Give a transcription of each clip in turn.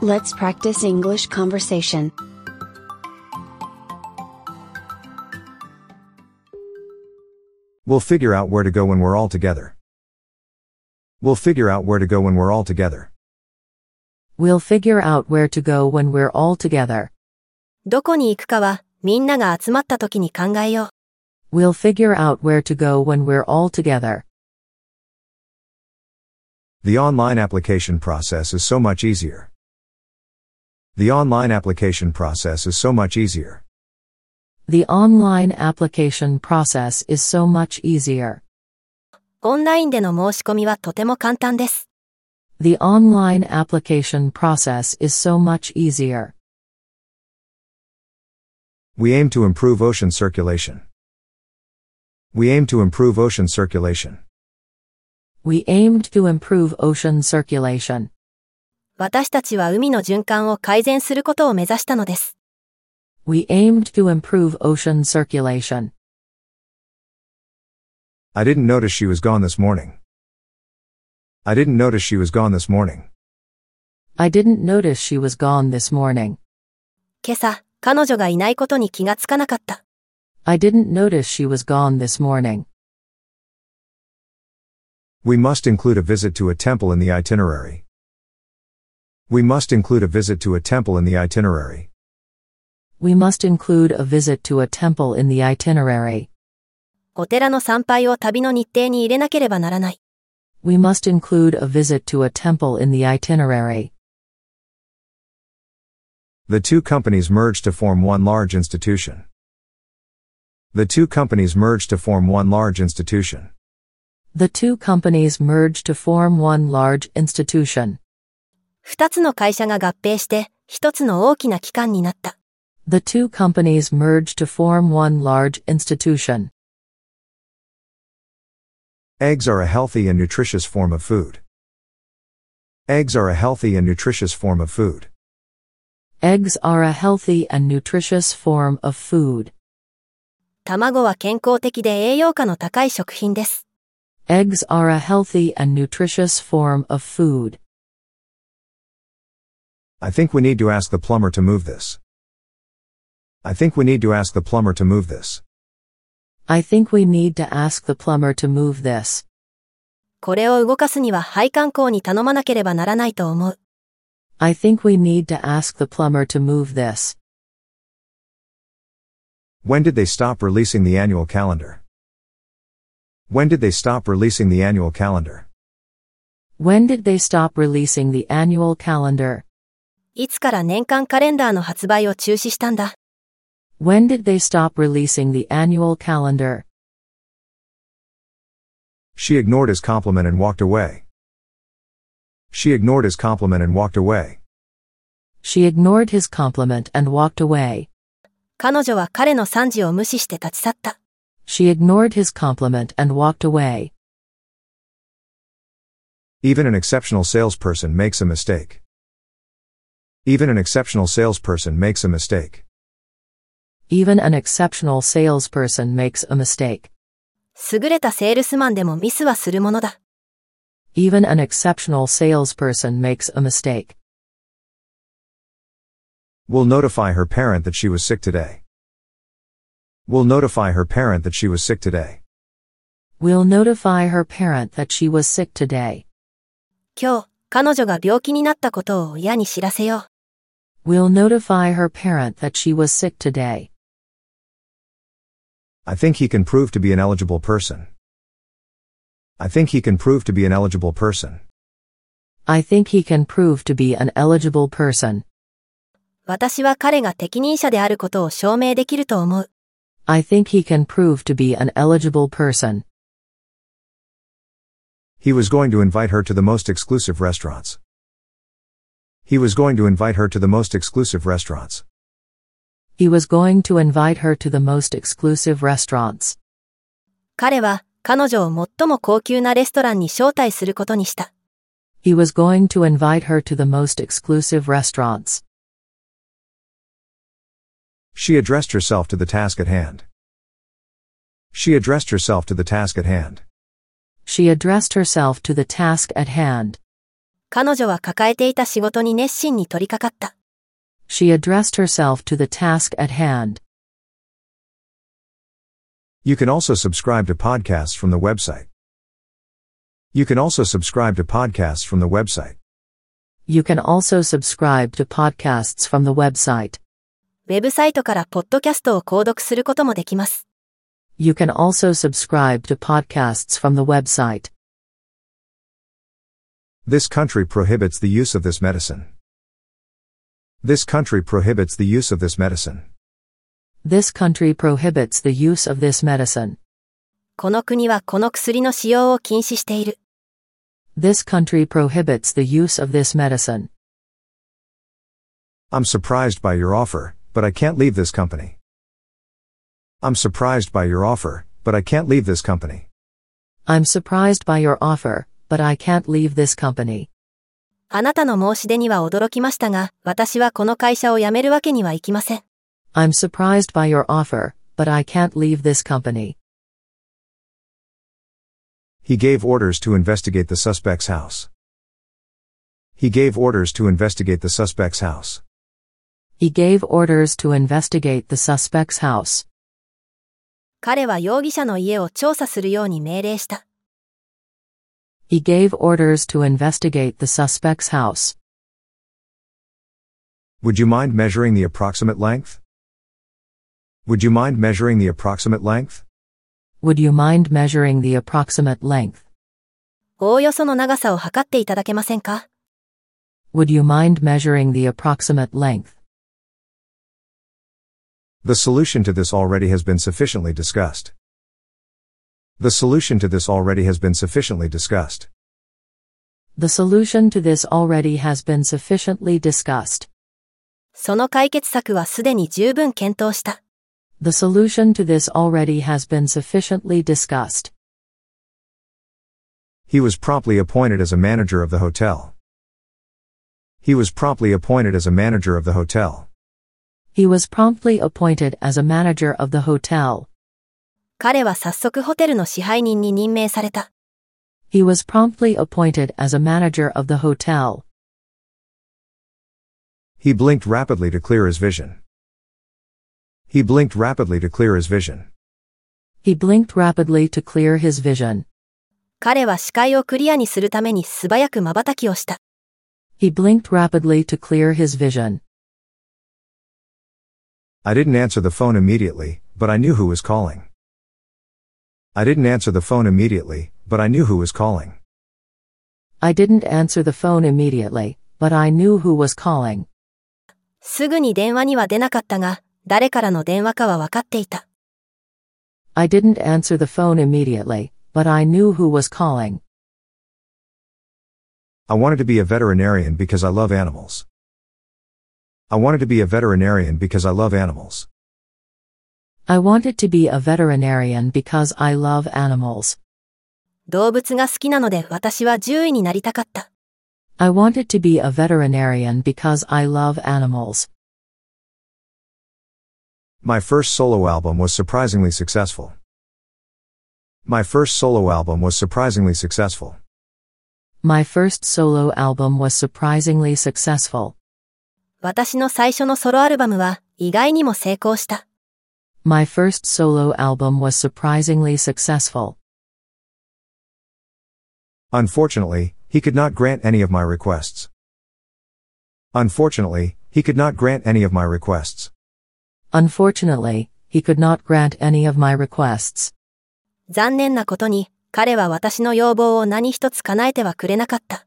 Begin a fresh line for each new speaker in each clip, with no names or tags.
Let's practice English conversation.
We'll figure out where to go when we're all together. We'll figure out where to go when we're all together.
We'll figure out where to go when we're all together.
どこに行くかは、みんなが集まった時に考えよう。
We'll figure out where to go when we're all together.
The online application process is so much easier. The online application process is so much easier.
The online application process is so much easier.
オンラインでの申し込みはとても簡単です。
The online application process is so much easier.
We aim to improve ocean circulation. We aim to improve ocean circulation.
We aimed to improve ocean circulation.
私たちは海の循環を改善することを目指したのです。
We aimed to improve ocean circulation.
I didn't notice she was gone this morning. I didn't notice she was gone this morning.
I didn't notice she was gone this morning.
今朝、彼女がいないことに気がつかなかった。
I didn't notice she was gone this morning.
We must include a visit to a temple in the itinerary. We must include a visit to a temple in the itinerary.
We must include a visit to a temple in the itinerary.
お寺の参拝を旅の日程に入れなければならない。
We must include a visit to a temple in the itinerary.
The two companies merged to form one large institution. The two companies merged to form one large institution.
The two companies merge to form one large institution.
二つの会社が合併して、一つの大きな機関になった。
The two companies merge to form one large institution.
Eggs are a healthy and nutritious form of food. Eggs are a healthy and nutritious form of food.
Eggs are a healthy and nutritious form of food.
卵は健康的で栄養価の高い食品です。
Eggs are a healthy and nutritious form of food.
I think we need to ask the plumber to move this. I think we need to ask the plumber to move this.
I think we need to ask the plumber to move this.
これを動かすには配管工に頼まなければならないと思う。
I think we need to ask the plumber to move this.
When did they stop releasing the annual calendar? When did they stop releasing the annual calendar?
When did they stop releasing the annual calendar?
いつから年間カレンダーの発売を中止したんだ。
When did they stop releasing the annual calendar?
She ignored his compliment and walked away. She ignored his compliment and walked away.
She ignored his compliment and walked away.
彼女は彼の惨事を無視して立ち去った。
She ignored his compliment and walked away.
Even an exceptional salesperson makes a mistake. Even an exceptional salesperson makes a mistake.
Even an exceptional salesperson makes a mistake.
優れたセールスマンでもミスはするものだ。
Even an exceptional salesperson makes a mistake.
We'll notify her parent that she was sick today. We'll notify her parent that she was sick today.
We'll notify her parent that she was sick today.
今日、彼女が病気になったことを親に知らせよう。
We'll notify her parent that she was sick today.
I think he can prove to be an eligible person. I think he can prove to be an eligible person.
I think he can prove to be an eligible person.
私は彼が適任者であることを証明できると思う。
I think he can prove to be an eligible person.
He was going to invite her to the most exclusive restaurants. He was going to invite her to the most exclusive restaurants.
He was going to invite her to the most exclusive restaurants.
彼は、彼女を最も高級なレストランに招待することにした。
He was going to invite her to the most exclusive restaurants.
She addressed herself to the task at hand. She addressed herself to the task at hand.
She addressed herself to the task at hand.
彼女は抱えていた仕事に熱心に取り掛かった。
She addressed herself to the task at hand.
You can also subscribe to podcasts from the website. You can also subscribe to podcasts from the website.
You can also subscribe to podcasts from the website.
ウェブサイトからポッドキャストを購読することもできます。
You can also subscribe to podcasts from the website.
This country prohibits the use of this medicine. This country prohibits the use of this medicine.
This country prohibits the use of this medicine.
この国はこの薬の使用を禁止している。
This country prohibits the use of this medicine.
I'm surprised by your offer, but I can't leave this company. I'm surprised by your offer, but I can't leave this company.
I'm surprised by your offer, but I can't leave this company.
あなたの申し出には驚きましたが、私はこの会社を辞めるわけにはいきません。
I'm surprised by your offer, but I can't leave this company.
He gave orders to investigate the suspect's house. He gave orders to investigate the suspect's house.
He gave orders to investigate the suspect's house.
彼は容疑者の家を調査するように命令した。
He gave orders to investigate the suspect's house.
Would you mind measuring the approximate length? Would you mind measuring the approximate length?
Would you mind measuring the approximate length?
おおよその長さを測っていただけませんか
Would you mind measuring the approximate length?
The solution to this already has been sufficiently discussed. The solution to this already has been sufficiently discussed.
The solution to this already has been sufficiently discussed.
その解決策はすでに十分検討した。
The solution to this already has been sufficiently discussed.
He was promptly appointed as a manager of the hotel. He was promptly appointed as a manager of the hotel.
He was promptly appointed as a manager of the hotel.
彼は早速ホテルの支配人に任命された。
He was promptly appointed as a manager of the hotel.
He blinked rapidly to clear his vision. He blinked rapidly to clear his vision.
He blinked rapidly to clear his vision.
彼は視界をクリアにするために素早く瞬きをした。
He blinked rapidly to clear his vision.
I didn't answer the phone immediately, but I knew who was calling. I didn't answer the phone immediately, but I knew who was calling.
I didn't answer the phone immediately, but I knew who was calling.
すぐに電話には出なかったが、誰からの電話かは分かっていた。
I didn't answer the phone immediately, but I knew who was calling.
I wanted to be a veterinarian because I love animals. I wanted to be a veterinarian because I love animals.
I wanted to be a veterinarian because I love animals.
動物が好きなので私は獣医になりたかった。
I wanted to be a veterinarian because I love animals.
My first solo album was surprisingly successful. My first solo album was surprisingly successful.
My first solo album was surprisingly successful.
私の最初のソロアルバムは意外にも成功した。
My first solo album was surprisingly successful.
Unfortunately, he could not grant any of my requests. Unfortunately, he could not grant any of my requests.
Unfortunately, he could not grant any of my requests.
残念なことに、彼は私の要望を何一つ叶えてはくれなかった。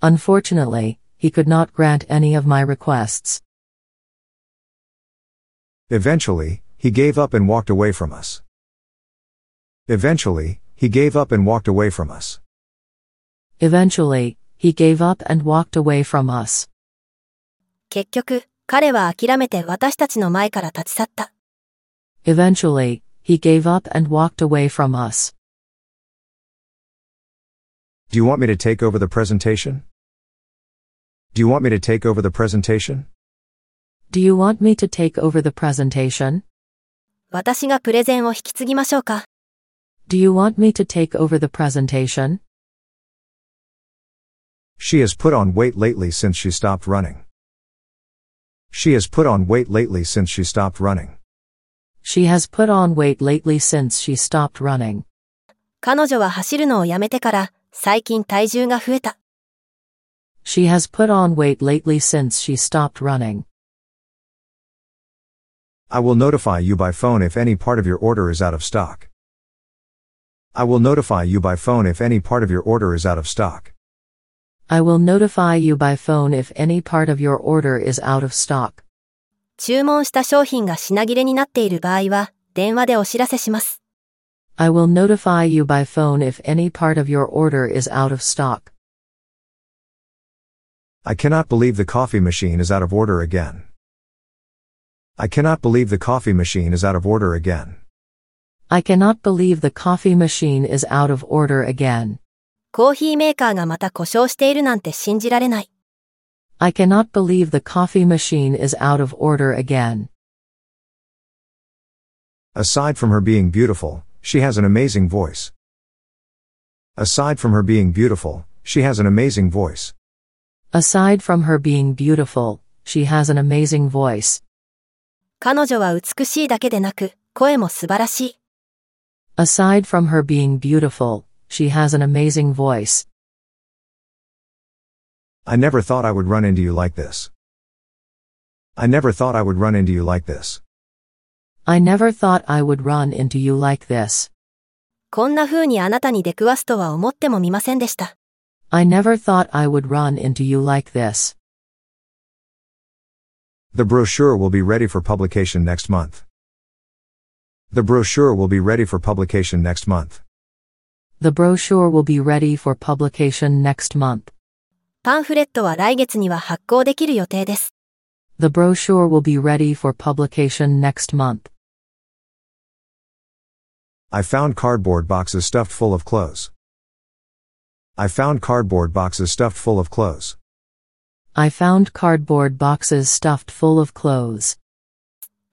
Unfortunately, he could not grant any of my requests.
Eventually, he gave up and walked away from us. Eventually, he gave up and walked away from us.
Eventually, he gave up and walked away from us.
結局、彼は諦めて私たちの前から立ち去った。
Eventually, he gave up and walked away from us.
Do you want me to take over the presentation? Do you want me to take over the presentation?
Do you want me to take over the presentation?
私がプレゼンを引き継ぎましょうか。
Do you want me to take over the presentation?
She has put on weight lately since she stopped running. She has put on weight lately since she stopped running.
She has put on weight lately since she stopped running.
彼女は走るのをやめてから、最近体重が増えた。
She has put on weight lately since she stopped running.
I will notify you by phone if any part of your order is out of stock. I will notify you by phone if any part of your order is out of stock.
I will notify you by phone if any part of your order is out of stock.
注文した商品が品切れになっている場合は、電話でお知らせします。
I will notify you by phone if any part of your order is out of stock.
I cannot believe the coffee machine is out of order again. I cannot believe the coffee machine is out of order again.
I cannot believe the coffee machine is out of order again.
コーヒーメーカーがまた故障しているなんて信じられない。
I cannot believe the coffee machine is out of order again.
Aside from her being beautiful, she has an amazing voice. Aside from her being beautiful, she has an amazing voice.
Aside from her being beautiful, she has an amazing voice.
彼女は美しいだけでなく、声も素晴らしい。
Aside from her being beautiful, she has an amazing voice.
I never thought I would run into you like this. I never thought I would run into you like this.
I never thought I would run into you like this.
こんな風にあなたに出くわすとは思ってもみませんでした。
I never thought I would run into you like this.
The brochure will be ready for publication next month. The brochure will be ready for publication next month.
The brochure will be ready for publication next month.
パンフレットは来月には発行できる予定です。
The brochure will be ready for publication next month.
I found cardboard boxes stuffed full of clothes. I found cardboard boxes stuffed full of clothes.
I found cardboard boxes stuffed full of clothes.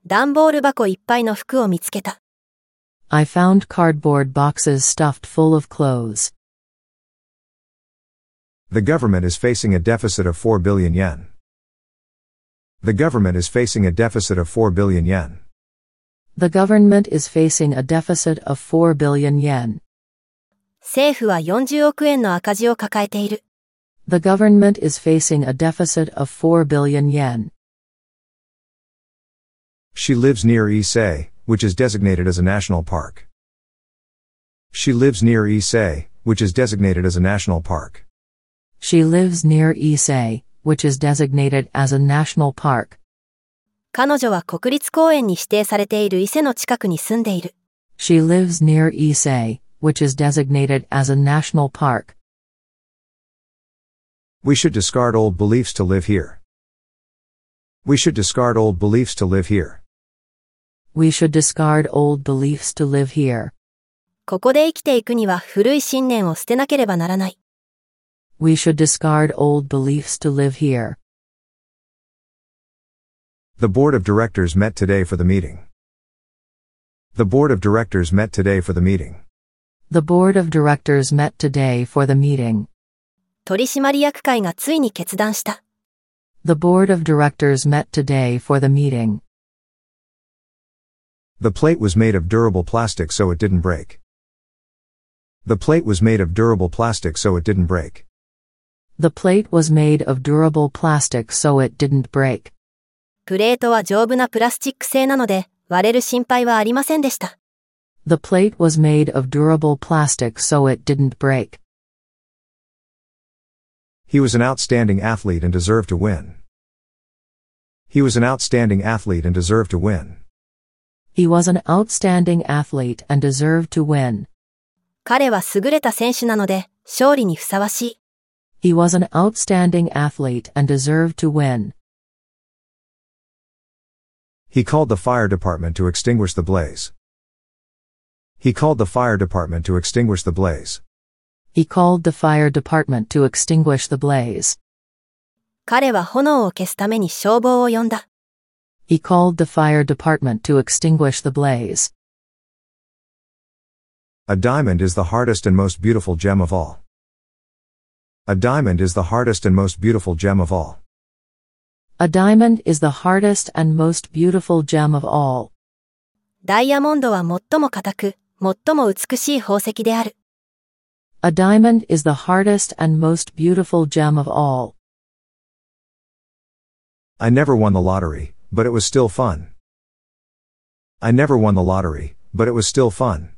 段ボール箱いっぱいの服を見つけた。
I found cardboard boxes stuffed full of clothes.
The government is facing a deficit of 4 billion yen. The government is facing a deficit of 4 billion yen.
The government is facing a deficit of 4 billion yen.
政府は40億円の赤字を抱えている。
The government is facing a deficit of 4 billion yen.
She lives near Issei, which is designated as a national park. She lives near Issei, which is designated as a national park.
She lives near Issei, which is designated as a national park.
彼女は国立公園に指定されている伊勢の近くに住んでいる。
She lives near Issei, which is designated as a national park.
We should discard old beliefs to live here. We should discard old beliefs to live here.
We should discard old beliefs to live here.
ここで生きていくには古い信念を捨てなければならない。
We should discard old beliefs to live here.
The board of directors met today for the meeting. The board of directors met today for the meeting.
The board of directors met today for the meeting.
取締役会がついに決断した。
The board of directors met today for the meeting.
The plate was made of durable plastic so it didn't break. The plate was made of durable plastic so it didn't break.
The plate was made of durable plastic so it didn't break.
プレートは丈夫なプラスチック製なので、割れる心配はありませんでした。
The plate was made of durable plastic so it didn't break.
He was an outstanding athlete and deserved to win. He was an outstanding athlete and deserved to win.
He was an outstanding athlete and deserved to win.
彼は優れた選手なので、勝利にふさわしい。
He was an outstanding athlete and deserved to win.
He called the fire department to extinguish the blaze. He called the fire department to extinguish the blaze.
He called the fire department to extinguish the blaze.
彼は炎を消すために消防を呼んだ。
He called the fire department to extinguish the blaze.
A diamond is the hardest and most beautiful gem of all. A diamond is the hardest and most beautiful gem of all.
A diamond is the hardest and most beautiful gem of all.
ダイヤモンドは最も硬く、最も美しい宝石である。
A diamond is the hardest and most beautiful gem of all.
I never won the lottery, but it was still fun. I never won the lottery, but it was still fun.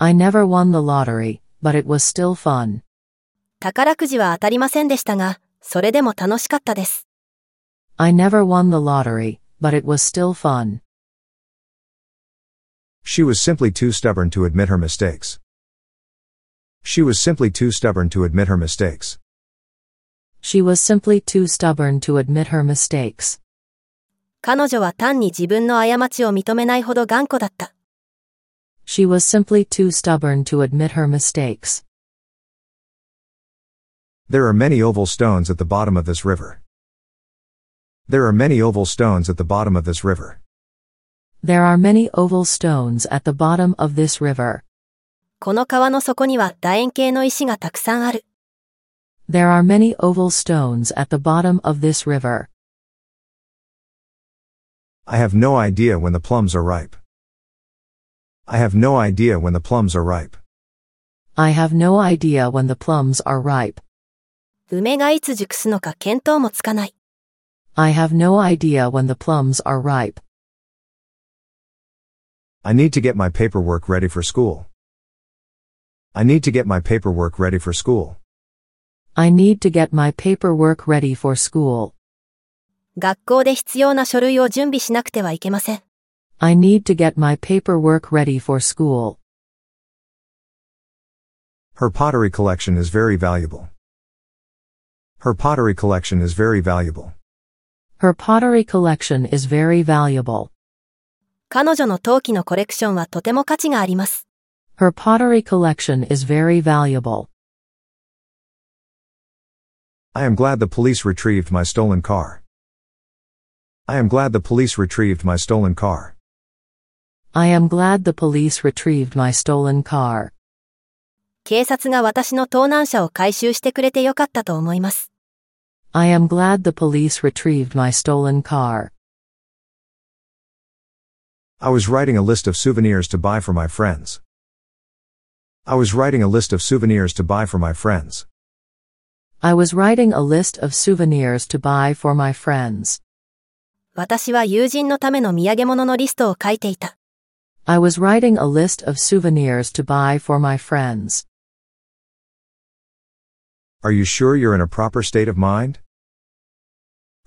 I never won the lottery, but it was still fun.
宝くじは当たりませんでしたが、それでも楽しかったです。
I never won the lottery, but it was still fun.
She was simply too stubborn to admit her mistakes. She was simply too stubborn to admit her mistakes.
She was simply too stubborn to admit her mistakes.
彼女は単に自分の過ちを認めないほど頑固だった。
She was simply too stubborn to admit her mistakes.
There are many oval stones at the bottom of this river. There are many oval stones at the bottom of this river.
There are many oval stones at the bottom of this river.
この川の底には楕円形の石がたくさんある。
There are many oval stones at the bottom of this river.
I have no idea when the plums are ripe. I have no idea when the plums are ripe.
I have no idea when the plums are ripe.
梅がいつ熟すのか見当もつかない。
I have no idea when the plums are ripe.
I need to get my paperwork ready for school. I need to get my paperwork ready for school.
I need to get my paperwork ready for school.
学校で必要な書類を準備しなくてはいけません。
I need to get my paperwork ready for school.
Her pottery collection is very valuable. Her pottery collection is very valuable.
Her pottery collection is very valuable.
彼女の陶器のコレクションはとても価値があります。
Her pottery collection is very valuable.
I am glad the police retrieved my stolen car. I am glad the police retrieved my stolen car.
I am glad the police retrieved my stolen car.
警察が私の盗難車を回収してくれてよかったと思います。
I am glad the police retrieved my stolen car.
I was writing a list of souvenirs to buy for my friends. I was writing a list of souvenirs to buy for my friends.
I was writing a list of souvenirs to buy for my friends.
私は友人のための土産物のリストを書いていた。
I was writing a list of souvenirs to buy for my friends.
Are you sure you're in a proper state of mind?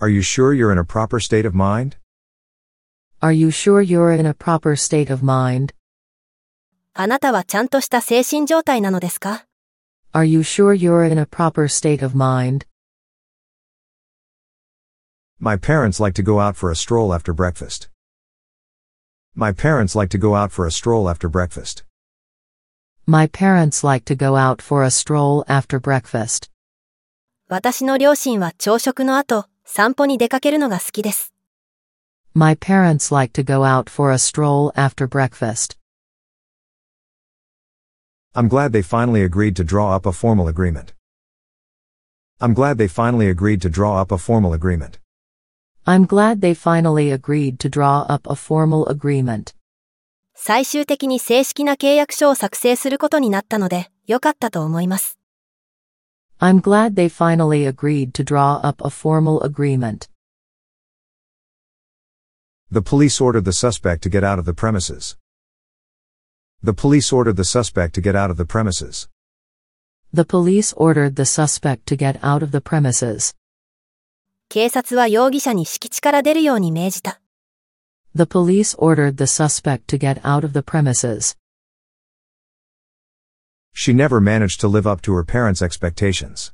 Are you sure you're in a proper state of mind?
Are you sure you're in a proper state of mind?
あなたはちゃんとした精神状態なのですか
Are you sure you're in a proper state of mind?
My parents like to go out for a stroll after breakfast. My parents like to go out for a stroll after breakfast.
My parents like to go out for a stroll after breakfast.
私の両親は朝食の後、散歩に出かけるのが好きです。
My parents like to go out for a stroll after breakfast.
I'm glad they finally agreed to draw up a formal agreement. I'm glad they finally agreed to draw up a formal agreement.
I'm glad they finally agreed to draw up a formal agreement.
最終的に正式な契約書を作成することになったので、よかったと思います。
I'm glad they finally agreed to draw up a formal agreement.
The police ordered the suspect to get out of the premises. The police ordered the suspect to get out of the premises.
The police ordered the suspect to get out of the premises.
警察は容疑者に敷地から出るように命じた。
The police ordered the suspect to get out of the premises.
She never managed to live up to her parents' expectations.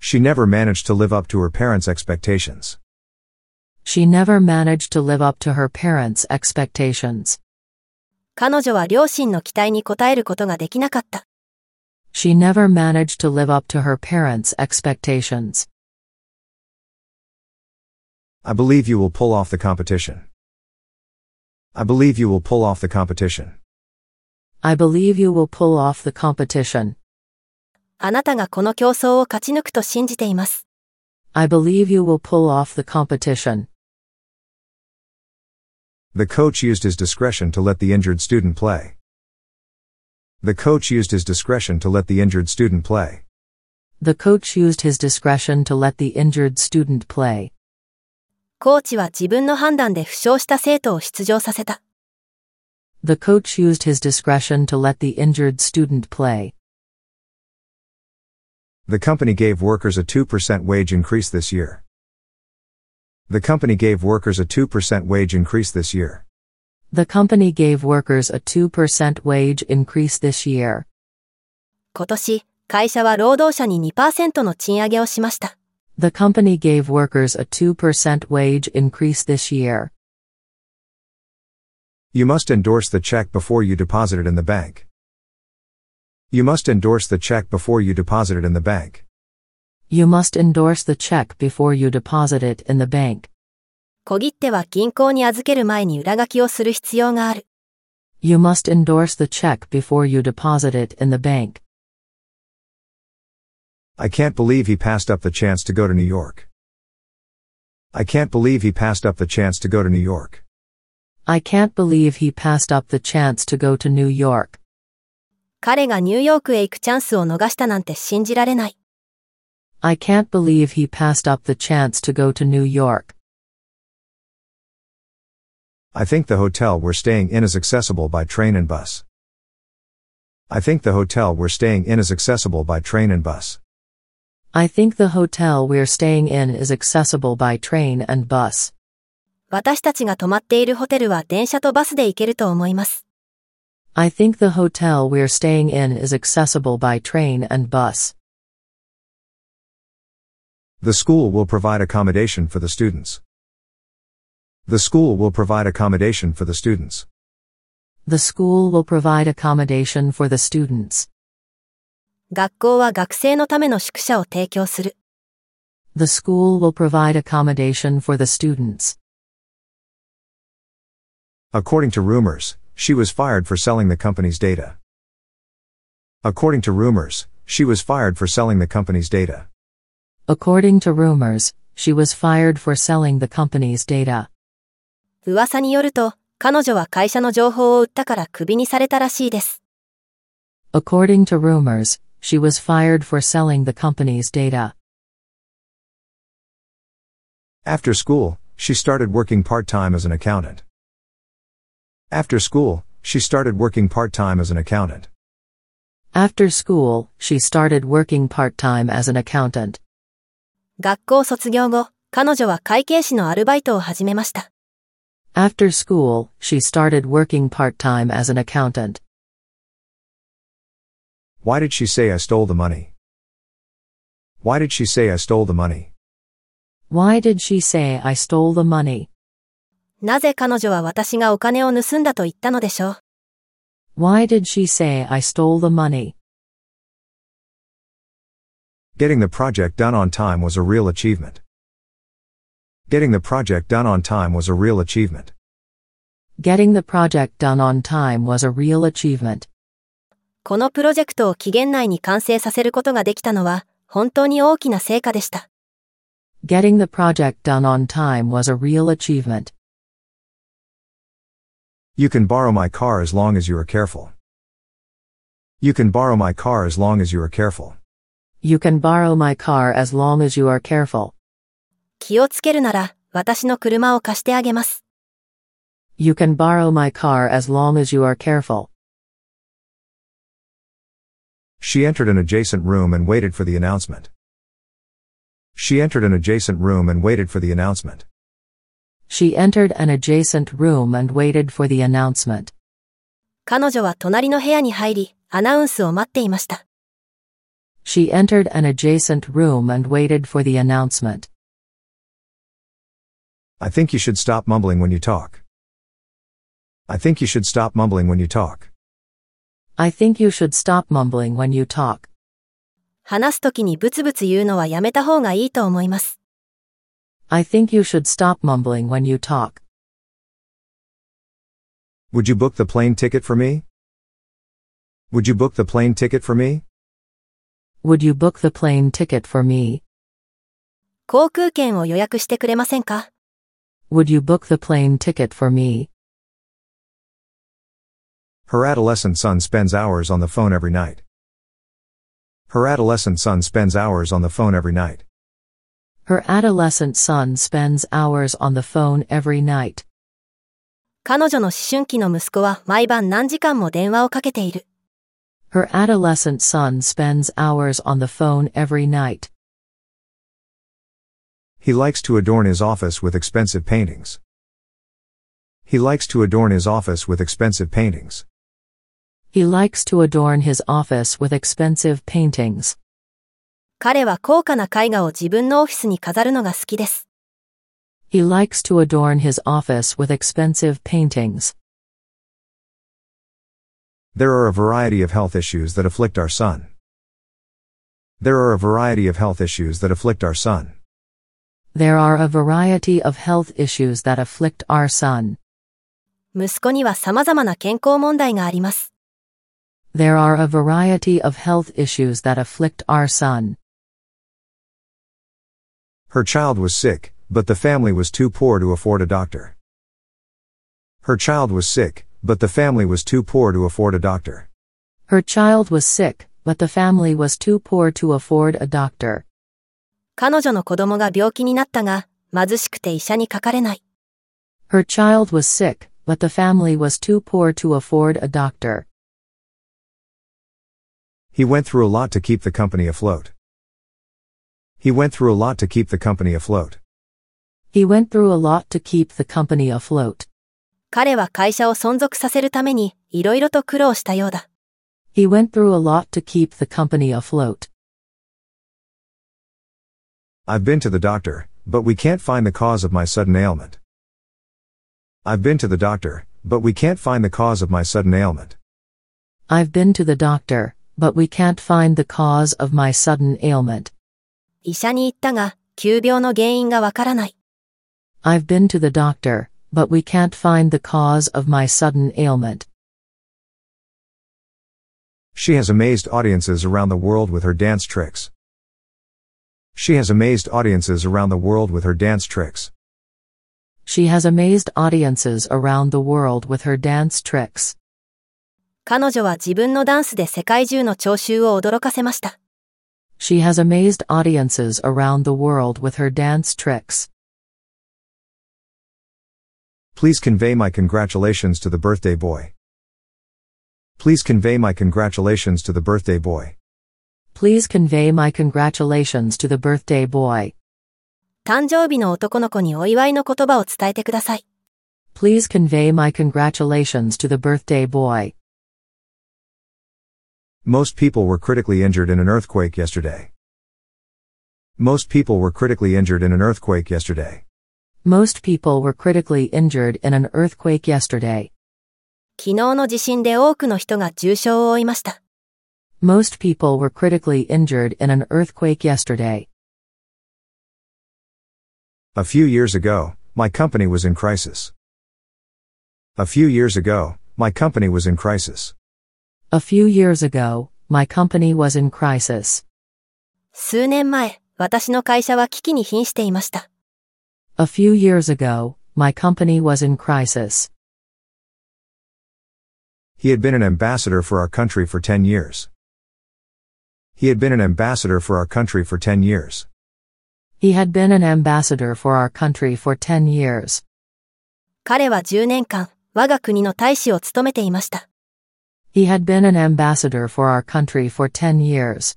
She never managed to live up to her parents' expectations.
She never managed to live up to her parents' expectations.
彼女は両親の期待に応えることができなかった。
She never managed to live up to her parents' expectations.
I believe you will pull off the competition. I believe you will pull off the competition.
I believe you will pull off the competition.
あなたがこの競争を勝ち抜くと信じています。
I believe you will pull off the competition.
The coach used his discretion to let the injured student play. The coach used his discretion to let the injured student play.
The coach used his discretion to let the injured student play.
コーチは自分の判断で負傷した生徒を出場させた。
The coach used his discretion to let the injured student play.
The company gave workers a 2% wage increase this year. The company gave workers a 2% wage increase this year.
The company gave workers a 2% wage increase this year.
今年、会社は労働者に2%の賃上げをしました。
The company gave workers a 2% wage increase this year.
You must endorse the check before you deposit it in the bank. You must endorse the check before you deposit it in the bank.
You must endorse the check before you deposit it in the bank.
小切手は銀行に預ける前に裏書きをする必要がある。
You must endorse the check before you deposit it in the bank.
I can't believe he passed up the chance to go to New York. I can't believe he passed up the chance to go to New York.
I can't believe he passed up the chance to go to New York.
彼がニューヨークへ行くチャンスを逃したなんて信じられない。
I can't believe he passed up the chance to go to New York.
I think the hotel we're staying in is accessible by train and bus. I think the hotel we're staying in is accessible by train and bus.
I think the hotel we're staying in is accessible by train and bus.
私たちが泊まっているホテルは電車とバスで行けると思います。
I think the hotel we're staying in is accessible by train and bus.
The school will provide accommodation for the students. The school will provide accommodation for the students.
The school will provide accommodation for the students.
学校は学生のための宿舎を提供する。
The school will provide accommodation for the students.
According to rumors, she was fired for selling the company's data. According to rumors, she was fired for selling the company's data.
According to rumors, she was fired for selling the company's data.
噂によると、彼女は会社の情報を売ったからクビにされたらしいです。
According to rumors, she was fired for selling the company's data.
After school, she started working part-time as an accountant. After school, she started working part-time as an accountant.
After school, she started working part-time as an accountant.
学校卒業後、彼女は会計士のアルバイトを始めました。
After school, she started working part-time as an accountant.
Why did she say I stole the money? Why did she say I stole the money?
Why did she say I stole the money?
なぜ彼女は私がお金を盗んだと言ったのでしょう。
Why did she say I stole the money?
Getting the project done on time was a real achievement. Getting the project done on time was a real achievement.
Getting the project done on time was a real achievement.
このプロジェクトを期限内に完成させることができたのは、本当に大きな成果でした。
Getting the project done on time was a real achievement.
You can borrow my car as long as you are careful. You can borrow my car as long as you are careful.
You can borrow my car as long as you are careful.
気をつけるなら、私の車を貸してあげます。
You can borrow my car as long as you are careful.
She entered an adjacent room and waited for the announcement. She entered an adjacent room and waited for the announcement.
She entered an adjacent room and waited for the announcement.
彼女は隣の部屋に入り、アナウンスを待っていました。
She entered an adjacent room and waited for the announcement.
I think you should stop mumbling when you talk. I think you should stop mumbling when you talk.
I think you should stop mumbling when you talk.
話すときにブツブツ言うのはやめた方がいいと思います。
I think you should stop mumbling when you talk.
Would you book the plane ticket for me? Would you book the plane ticket for me?
would you book the plane ticket for me?
航空券を予約してくれませんか
Would you book the plane ticket for me?
Her adolescent son spends hours on the phone every night. Her adolescent son spends hours on the phone every night.
Her adolescent son spends hours on the phone every night.
彼女の思春期の息子は毎晩何時間も電話をかけている。
Her adolescent son spends hours on the phone every night.
He likes to adorn his office with expensive paintings. He likes to adorn his office with expensive paintings.
He likes to adorn his office with expensive paintings.
彼は高価な絵画を自分のオフィスに飾るのが好きです。
He likes to adorn his office with expensive paintings.
There are a variety of health issues that afflict our son. There are a variety of health issues that afflict our son.
There are a variety of health issues that afflict our son.
息子には様々な健康問題があります。
There are a variety of health issues that afflict our son.
Her child was sick, but the family was too poor to afford a doctor. Her child was sick, but the family was too poor to afford a doctor.
Her child was sick, but the family was too poor to afford a doctor.
彼女の子供が病気になったが、貧しくて医者にかかれない。
Her child was sick, but the family was too poor to afford a doctor.
He went through a lot to keep the company afloat. He went through a lot to keep the company afloat.
He went through a lot to keep the company afloat.
彼は会社を存続させるために、いろいろと苦労したようだ。
He went through a lot to keep the company afloat.
I've been to the doctor, but we can't find the cause of my sudden ailment. I've been to the doctor, but we can't find the cause of my sudden ailment.
I've been to the doctor, but we can't find the cause of my sudden ailment.
医者に行ったが、急病の原因がわからない。
I've been to the doctor, but we can't find the cause of my sudden ailment.
She has amazed audiences around the world with her dance tricks. She has amazed audiences around the world with her dance tricks.
She has amazed audiences around the world with her dance tricks.
彼女は自分のダンスで世界中の聴衆を驚かせました。
She has amazed audiences around the world with her dance tricks.
Please convey my congratulations to the birthday boy. Please convey my congratulations to the birthday boy.
Please convey my congratulations to the birthday boy.
誕生日の男の子にお祝いの言葉を伝えてください。
Please convey my congratulations to the birthday boy.
Most people were critically injured in an earthquake yesterday. Most people were critically injured in an earthquake yesterday.
Most people were critically injured in an earthquake yesterday.
昨日の地震で多くの人が重傷を負いました。
Most people were critically injured in an earthquake yesterday.
A few years ago, my company was in crisis. A few years ago, my company was in crisis.
A few years ago, my company was in crisis.
数年前、私の会社は危機に瀕していました。
A few years ago, my company was in crisis.
He had been an ambassador for our country for 10 years. He had been an ambassador for our country for 10 years.
He had been an ambassador for our country for 10 years.
彼は10年間、我が国の大使を務めていました。
He had been an ambassador for our country for 10 years.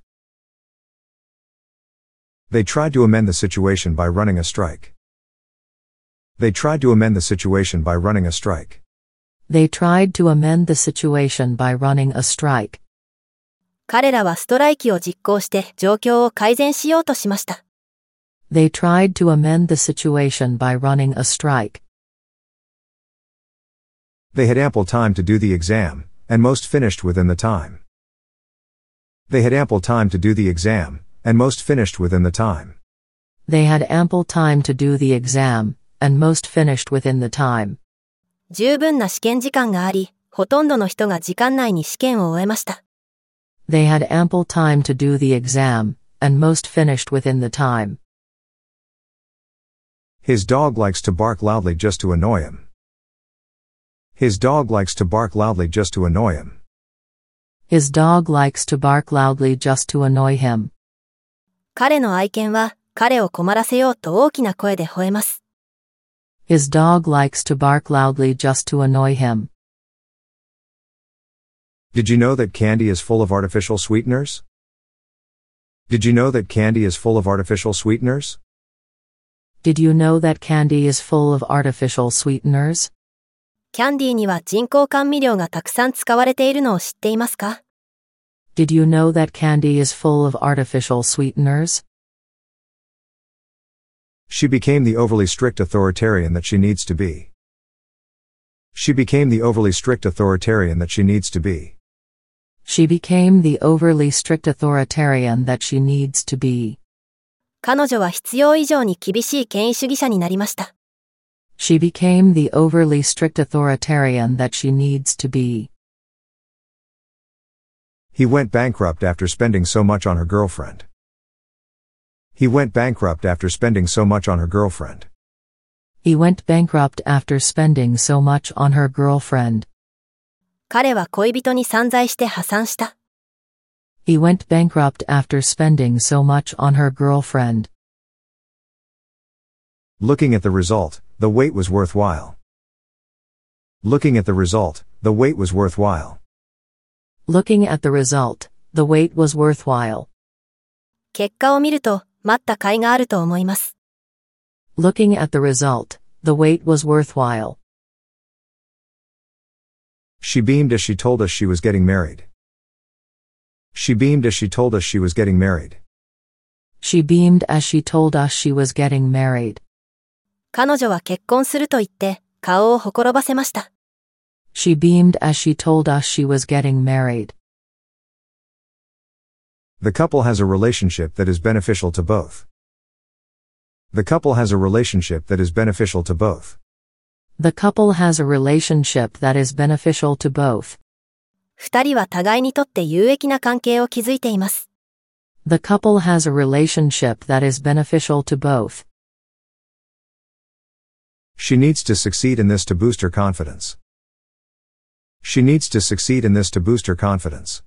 They tried to amend the situation by running a strike. They tried to amend the situation by running a strike.
They tried to amend the situation by running a strike.
彼らはストライキを実行して状況を改善しようとしました。
They tried to amend the situation by running a strike.
They had ample time to do the exam, and most finished within the time. They had ample time to do the exam, and most finished within the time.
They had ample time to do the exam, and most finished within the time.
十分な試験時間があり、ほとんどの人が時間内に試験を終えました。
they had ample time to do the exam, and most finished within the time.
His dog likes to bark loudly just to annoy him. His dog likes to bark loudly just to annoy him.
His dog likes to bark loudly just to annoy him.
彼の愛犬は彼を困らせようと大きな声で吠えます。
His dog likes to bark loudly just to annoy him.
Did you know that candy is full of artificial sweeteners? Did you know that candy is full of artificial sweeteners?
Did you know that candy is full of artificial sweeteners?
キャンディーには人工甘味料がたくさん使われているのを知っていますか
Did you know that candy is full of artificial sweeteners?
She became the overly strict authoritarian that she needs to be. She became the overly strict authoritarian that she needs to be.
She became the overly strict authoritarian that she needs to be.
彼女は必要以上に厳しい権威主義者になりました。
She became the overly strict authoritarian that she needs to be.
He went bankrupt after spending so much on her girlfriend. He went bankrupt after spending so much on her girlfriend.
He went bankrupt after spending so much on her girlfriend.
彼は恋人に散財して破産した。
He went bankrupt after spending so much on her girlfriend.
Looking at the result, the wait was worthwhile. Looking at the result, the wait was worthwhile.
Looking at the result, the wait was worthwhile.
結果を見ると、待った甲斐があると思います。
Looking at the result, the wait was worthwhile.
She beamed as she told us she was getting married. She beamed as she told us she was getting married.
She beamed as she told us she was getting married.
彼女は結婚すると言って、顔をほころばせました。
She beamed as she told us she was getting married.
The couple has a relationship that is beneficial to both. The couple has a relationship that is beneficial to both.
The couple has a relationship that is beneficial to both.
二人は互いにとって有益な関係を築いています。
The couple has a relationship that is beneficial to both.
She needs to succeed in this to boost her confidence. She needs to succeed in this to boost her confidence.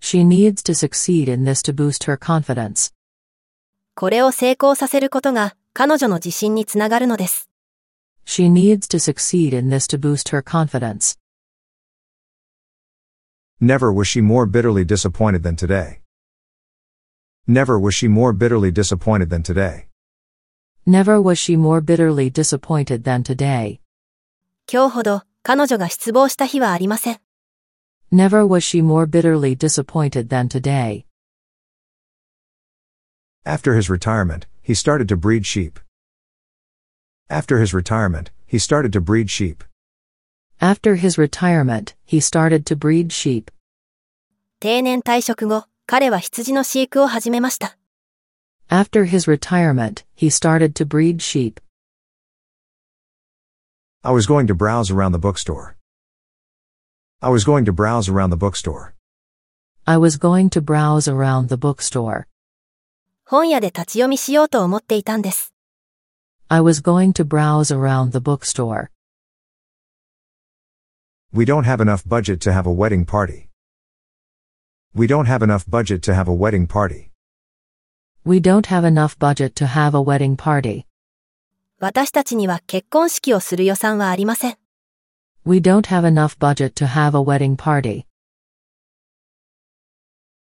She needs to succeed in this to boost her confidence.
これを成功させることが、彼女の自信につながるのです。
She needs to succeed in this to boost her confidence.
Never was she more bitterly disappointed than today. Never was she more bitterly disappointed than today.
Never was she more bitterly disappointed than today.
今日ほど、彼女が失望した日はありません。
Never was she more bitterly disappointed than today.
After his retirement, he started to breed sheep. After his retirement, he started to breed sheep.
After his retirement, he started to breed sheep.
定年退職後、彼は羊の飼育を始めました。
After his retirement, he started to breed sheep.
I was going to browse around the bookstore. I was going to browse around the bookstore.
I was going to browse around the bookstore.
本屋で立ち読みしようと思っていたんです。
I was going to browse around the bookstore.
We don't have enough budget to have a wedding party. We don't have enough budget to have a wedding party.
We don't have enough budget to have a wedding party.
私たちには結婚式をする予算はありません。
We don't have enough budget to have a wedding party.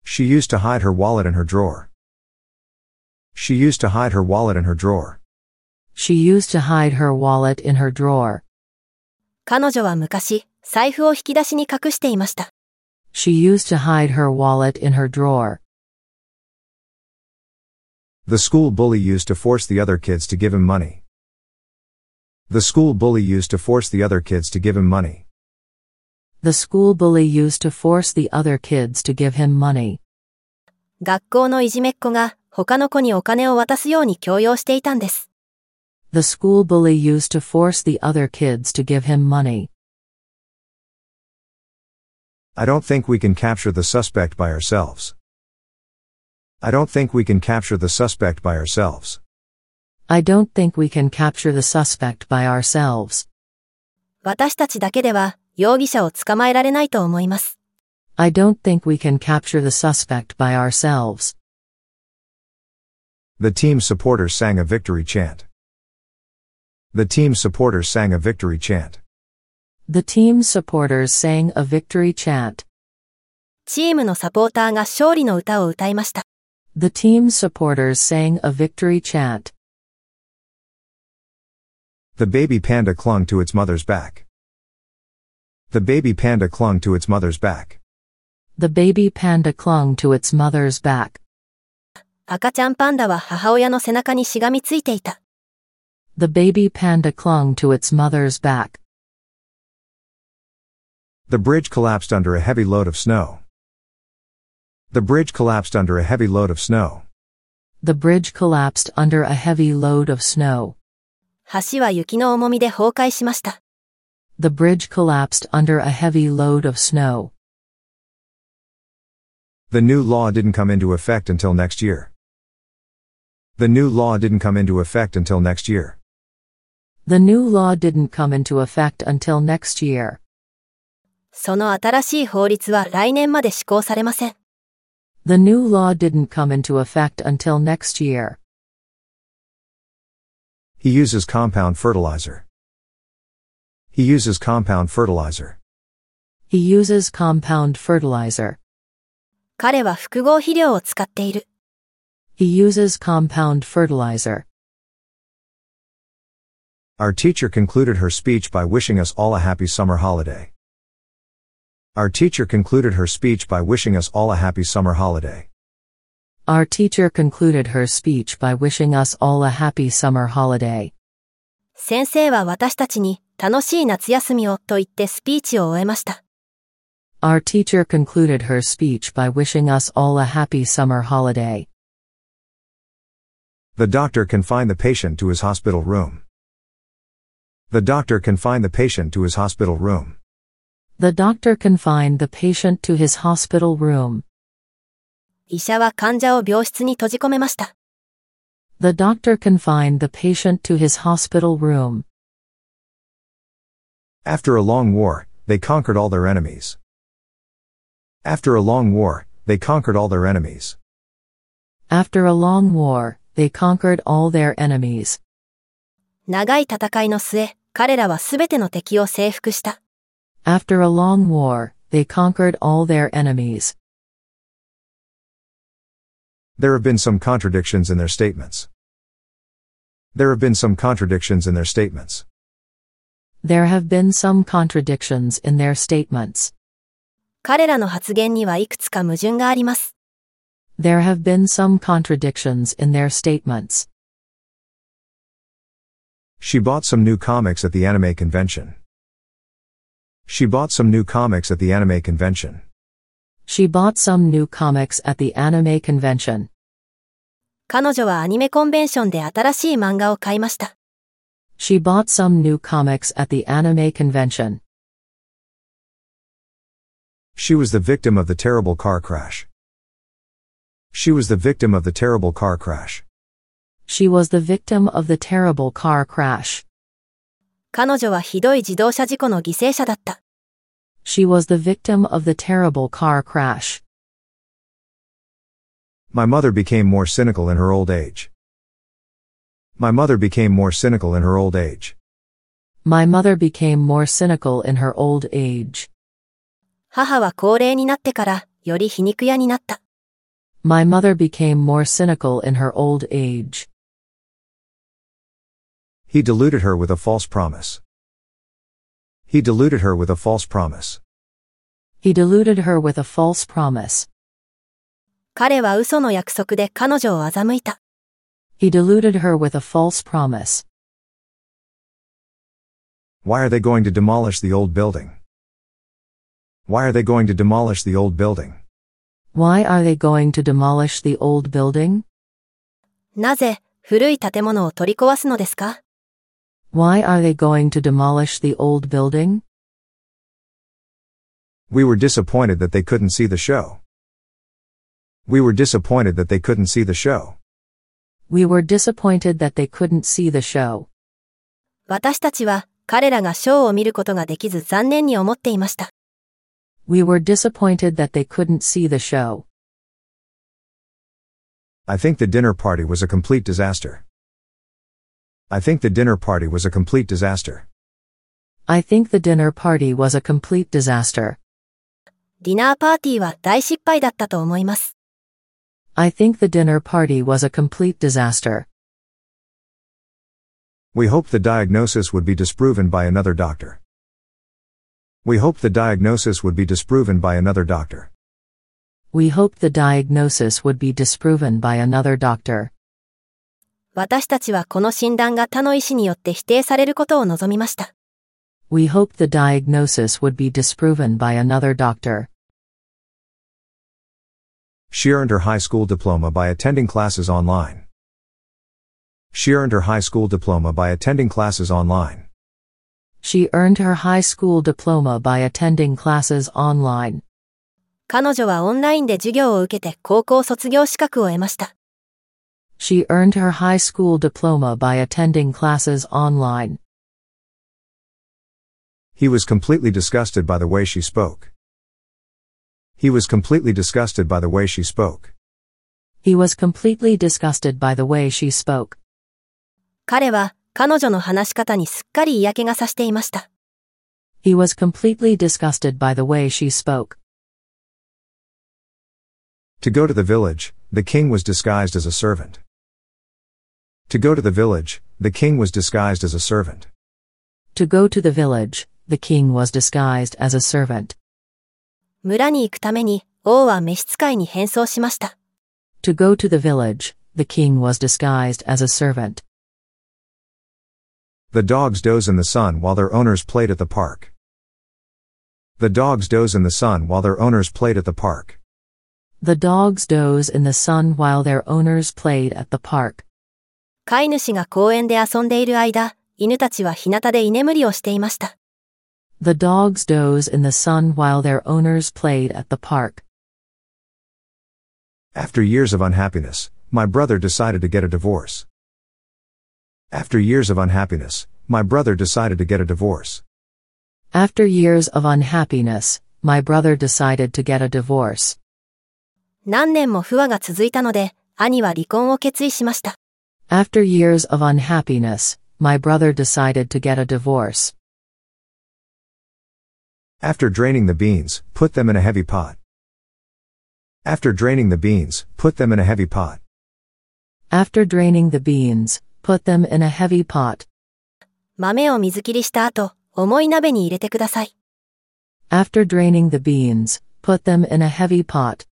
She used to hide her wallet in her drawer. She used to hide her wallet in her drawer.
She used to hide her wallet in her drawer.
彼女は昔、財布を引き出しに隠していました。
She used to hide her wallet in her drawer.
The school bully used to force the other kids to give him money. The school bully used to force the other kids to give him money.
The school bully used to force the other kids to give him money.
学校のいじめっ子が、他の子にお金を渡すように強要していたんです。
The school bully used to force the other kids to give him money.
I don't think we can capture the suspect by ourselves. I don't think we can capture the suspect by ourselves.
I don't think we can capture the suspect by ourselves.
私たちだけでは容疑者を捕まえられないと思います。
I don't think we can capture the suspect by ourselves.
The team supporters sang a victory chant. The team supporters sang a victory chant.
The team's supporters sang a victory chant.
チームのサポーターが勝利の歌を歌いました。
The team's supporters sang a victory chant.
The baby panda clung to its mother's back. The baby panda clung to its mother's back.
The baby panda clung to its mother's back.
赤ちゃんパンダは母親の背中にしがみついていた。
The baby panda clung to its mother's back.
The bridge collapsed under a heavy load of snow. The bridge collapsed under a heavy load of snow.
The bridge collapsed under a heavy load of snow.
橋は雪の重みで崩壊しました。
The bridge collapsed under a heavy load of snow.
The new law didn't come into effect until next year. The new law didn't come into effect until next year.
The new law didn't come into effect until next year.
その新しい法律は来年まで施行されません。
The new law didn't come into effect until next year.
He uses compound fertilizer. He uses compound fertilizer.
He uses compound fertilizer.
彼は複合肥料を使っている。
He uses compound fertilizer.
Our teacher concluded her speech by wishing us all a happy summer holiday. Our teacher concluded her speech by wishing us all a happy summer holiday.
Our teacher concluded her speech by wishing us all a happy summer holiday.
先生は私たちに楽しい夏休みをと言ってスピーチを終えました。
Our teacher concluded her speech by wishing us all a happy summer holiday.
The doctor confined the patient to his hospital room. The doctor confined the patient to his hospital room.
The doctor confined the patient to his hospital room.
医者は患者を病室に閉じ込めました。
The doctor confined the patient to his hospital room.
After a long war, they conquered all their enemies. After a long war, they conquered all their enemies.
After a long war, they conquered all their enemies.
長い戦いの末、彼らは全ての敵を征服した。
After a long war, they conquered all their enemies.
There have been some contradictions in their statements. There have been some contradictions in their statements.
There have been some contradictions in their statements.
彼らの発言にはいくつか矛盾があります。
There have been some contradictions in their statements.
She bought some new comics at the anime convention. She bought some new comics at the anime convention.
She bought some new comics at the anime convention.
彼女はアニメコンベンションで新しい漫画を買いました。
She bought some new comics at the anime convention.
She was the victim of the terrible car crash. She was the victim of the terrible car crash.
She was the victim of the terrible car crash.
彼女はひどい自動車事故の犠牲者だった。
She was the victim of the terrible car crash.
My mother became more cynical in her old age. My mother became more cynical in her old age.
My mother became more cynical in her old age.
母は高齢になってから、より皮肉屋になった。
My mother became more cynical in her old age.
He deluded her with a false promise. He deluded her with a false promise.
He deluded her with a false promise.
彼は嘘の約束で彼女を欺いた。
He deluded her with a false promise.
Why are they going to demolish the old building? Why are they going to demolish the old building?
Why are they going to demolish the old building?
なぜ、古い建物を取り壊すのですか
Why are they going to demolish the old building?
We were disappointed that they couldn't see the show. We were disappointed that they couldn't see the show.
We were disappointed that they couldn't see the show.
私たちは彼らがショーを見ることができず残念に思っていました。
We were disappointed that they couldn't see the show.
I think the dinner party was a complete disaster. I think the dinner party was a complete disaster.
I think the dinner party was a complete disaster.
ディナーパーティーは大失敗だったと思います。
I think the dinner party was a complete disaster.
We hoped the diagnosis would be disproven by another doctor. We hoped the diagnosis would be disproven by another doctor.
We hoped the diagnosis would be disproven by another doctor.
私たちはこの診断が他の医師によって否定されることを望みました。
We hoped the diagnosis would be disproven by another doctor.
She earned her high school diploma by attending classes online. She earned her high school diploma by attending classes online.
She earned her high school diploma by attending classes online.
彼女はオンラインで授業を受けて高校卒業資格を得ました。
She earned her high school diploma by attending classes online.
He was completely disgusted by the way she spoke. He was completely disgusted by the way she spoke.
He was completely disgusted by the way she spoke.
彼は彼女の話し方にすっかり嫌気がさしていました。
He was completely disgusted by the way she spoke.
To go to the village, the king was disguised as a servant. To go to the village, the king was disguised as a servant.
To go to the village, the king was disguised as a servant.
村に行くために王は召使いに変装しました。
To go to the village, the king was disguised as a servant.
The dogs doze in the sun while their owners played at the park. The dogs doze in the sun while their owners played at the park.
The dogs doze in the sun while their owners played at the park.
飼い主が公園で遊んでいる間、犬たちは日向で居眠りをしていました。
The dogs doze in the sun while their owners played at the park.
After years of unhappiness, my brother decided to get a divorce. After years of unhappiness, my brother decided to get a divorce.
After years of unhappiness, my brother decided to get a divorce.
何年も不和が続いたので、兄は離婚を決意しました。
After years of unhappiness, my brother decided to get a divorce.
After draining the beans, put them in a heavy pot. After draining the beans, put them in a heavy pot.
After draining the beans, put them in a heavy pot.
豆を水切りした後、重い鍋に入れてください。
After draining the beans, put them in a heavy pot.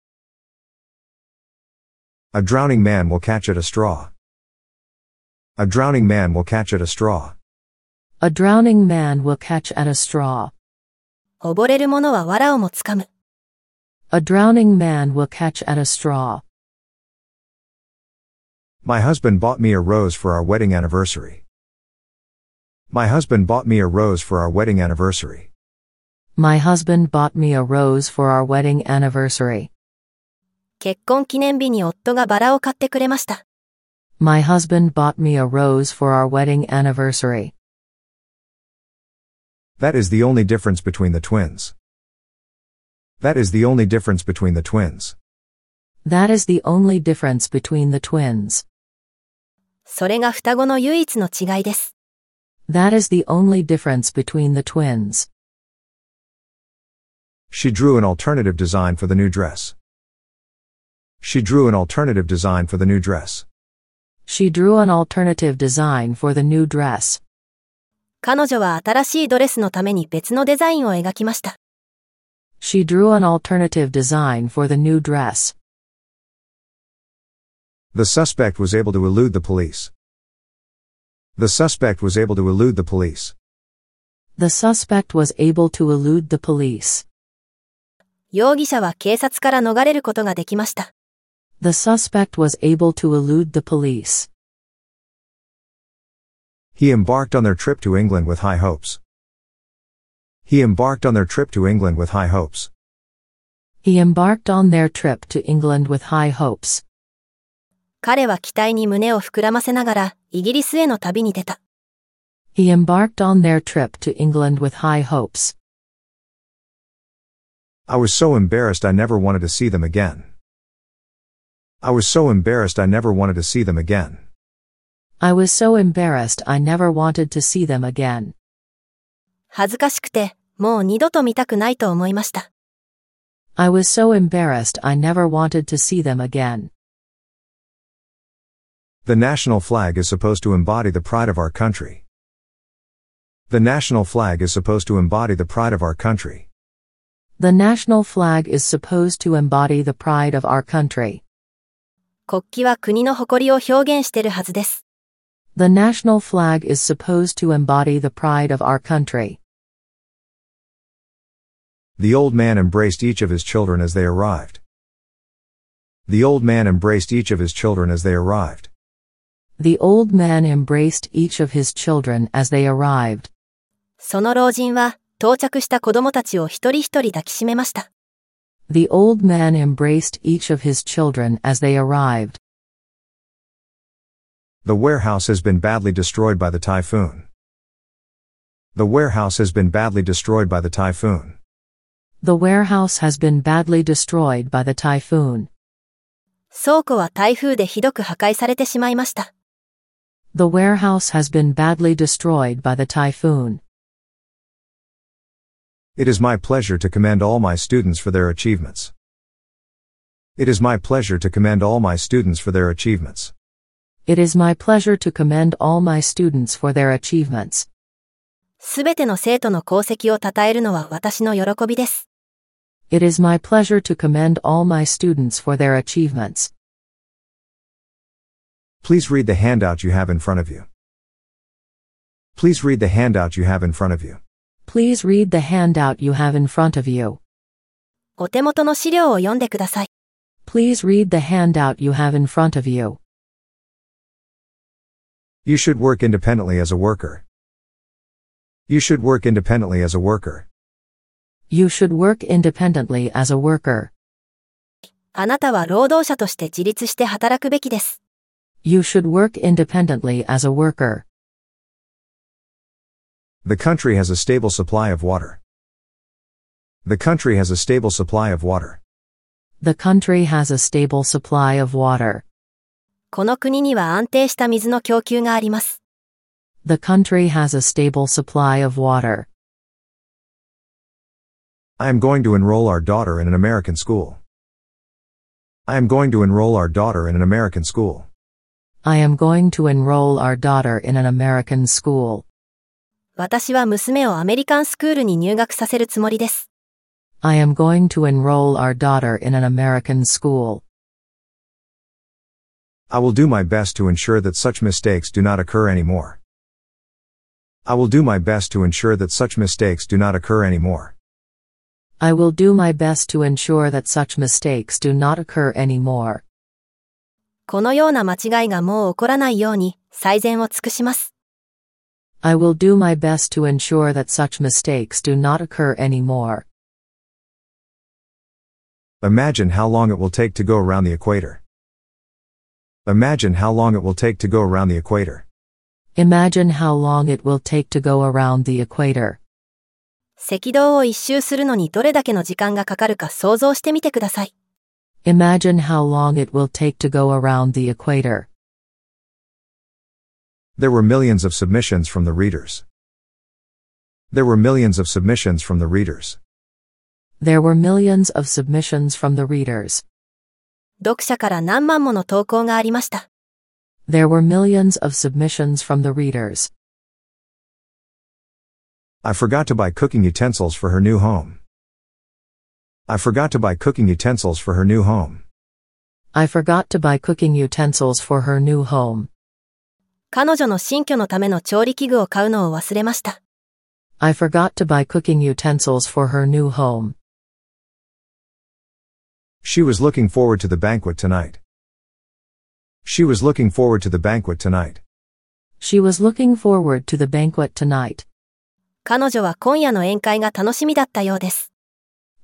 A drowning man will catch at a straw. A drowning man will catch at a straw.
A drowning man will catch at a straw.
溺れる者は藁をもつかむ。
A drowning man will catch at a straw.
My husband bought me a rose for our wedding anniversary. My husband bought me a rose for our wedding anniversary.
My husband bought me a rose for our wedding anniversary.
結婚記念日に夫がバラを買ってくれました。
My husband bought me a rose for our wedding anniversary.
That is the only difference between the twins. That is the only difference between the twins.
That is the only difference between the twins.
それが双子の唯一の違いです。
That is the only difference between the twins.
She drew an alternative design for the new dress. She drew an alternative design for the new dress.
She drew an alternative design for the new dress.
彼女は新しいドレスのために別のデザインを描きました。
She drew an alternative design for the new dress.
The suspect was able to elude the police. The suspect was able to elude the police.
The suspect was able to elude the police.
容疑者は警察から逃れることができました。
The suspect was able to elude the police.
He embarked on their trip to England with high hopes. He embarked on their trip to England with high hopes.
He embarked on their trip to England with high hopes.
彼は期待に胸を膨らませながら、イギリスへの旅に出た。
He embarked on their trip to England with high hopes.
I was so embarrassed I never wanted to see them again. I was so embarrassed I never wanted to see them again.
I was so embarrassed I never wanted to see them again.
恥ずかしくて、もう二度と見たくないと思いました。
I was so embarrassed I never wanted to see them again.
The national flag is supposed to embody the pride of our country. The national flag is supposed to embody the pride of our country.
The national flag is supposed to embody the pride of our country.
国旗は国の誇りを表現してるはずです。
The national flag is supposed to embody the pride of our country.
The old man embraced each of his children as they arrived. The old man embraced each of his children as they arrived.
The old man embraced each of his children as they arrived.
その老人は、到着した子供たちを一人一人抱きしめました。
The old man embraced each of his children as they arrived.
The warehouse has been badly destroyed by the typhoon. The warehouse has been badly destroyed by the typhoon.
The warehouse has been badly destroyed by the typhoon.
倉庫は台風でひどく破壊されてしまいました。
The warehouse has been badly destroyed by the typhoon.
It is my pleasure to commend all my students for their achievements. It is my pleasure to commend all my students for their achievements.
It is my pleasure to commend all my students for their achievements.
すべての生徒の功績を称えるのは私の喜びです。
It is my pleasure to commend all my students for their achievements.
Please read the handout you have in front of you. Please read the handout you have in front of you.
Please read the handout you have in front of you.
お手元の資料を読んでください。
Please read the handout you have in front of you.
You should work independently as a worker. You should work independently as a worker.
You should work independently as a worker.
あなたは労働者として自立して働くべきです。
You should work independently as a worker.
The country has a stable supply of water. The country has a stable supply of water.
The country has a stable supply of water.
この国には安定した水の供給があります。
The country has a stable supply of water.
I am going to enroll our daughter in an American school. I am going to enroll our daughter in an American school.
I am going to enroll our daughter in an American school.
私は娘をアメリカンスクールに入学させるつもりです。
I am going to enroll our daughter in an American school.
I will do my best to ensure that such mistakes do not occur anymore. I will do my best to ensure that such mistakes do not occur anymore.
I will do my best to ensure that such mistakes do not occur anymore.
このような間違いがもう起こらないように、最善を尽くします。
I will do my best to ensure that such mistakes do not occur anymore.
Imagine how long it will take to go around the equator. Imagine how long it will take to go around the equator.
Imagine how long it will take to go around the equator.
赤道を一周するのにどれだけの時間がかかるか想像してみてください。
Imagine how long it will take to go around the equator.
There were millions of submissions from the readers. There were millions of submissions from the readers.
There were millions of submissions from the readers.
読者から何万もの投稿がありました。
There were millions of submissions from the readers.
I forgot to buy cooking utensils for her new home. I forgot to buy cooking utensils for her new home.
I forgot to buy cooking utensils for her new home.
彼女の新居のための調理器具を買うのを忘れました。
I forgot to buy cooking utensils for her new home.
She was looking forward to the banquet tonight. She was looking forward to the banquet tonight.
She was looking forward to the banquet tonight.
彼女は今夜の宴会が楽しみだったようです。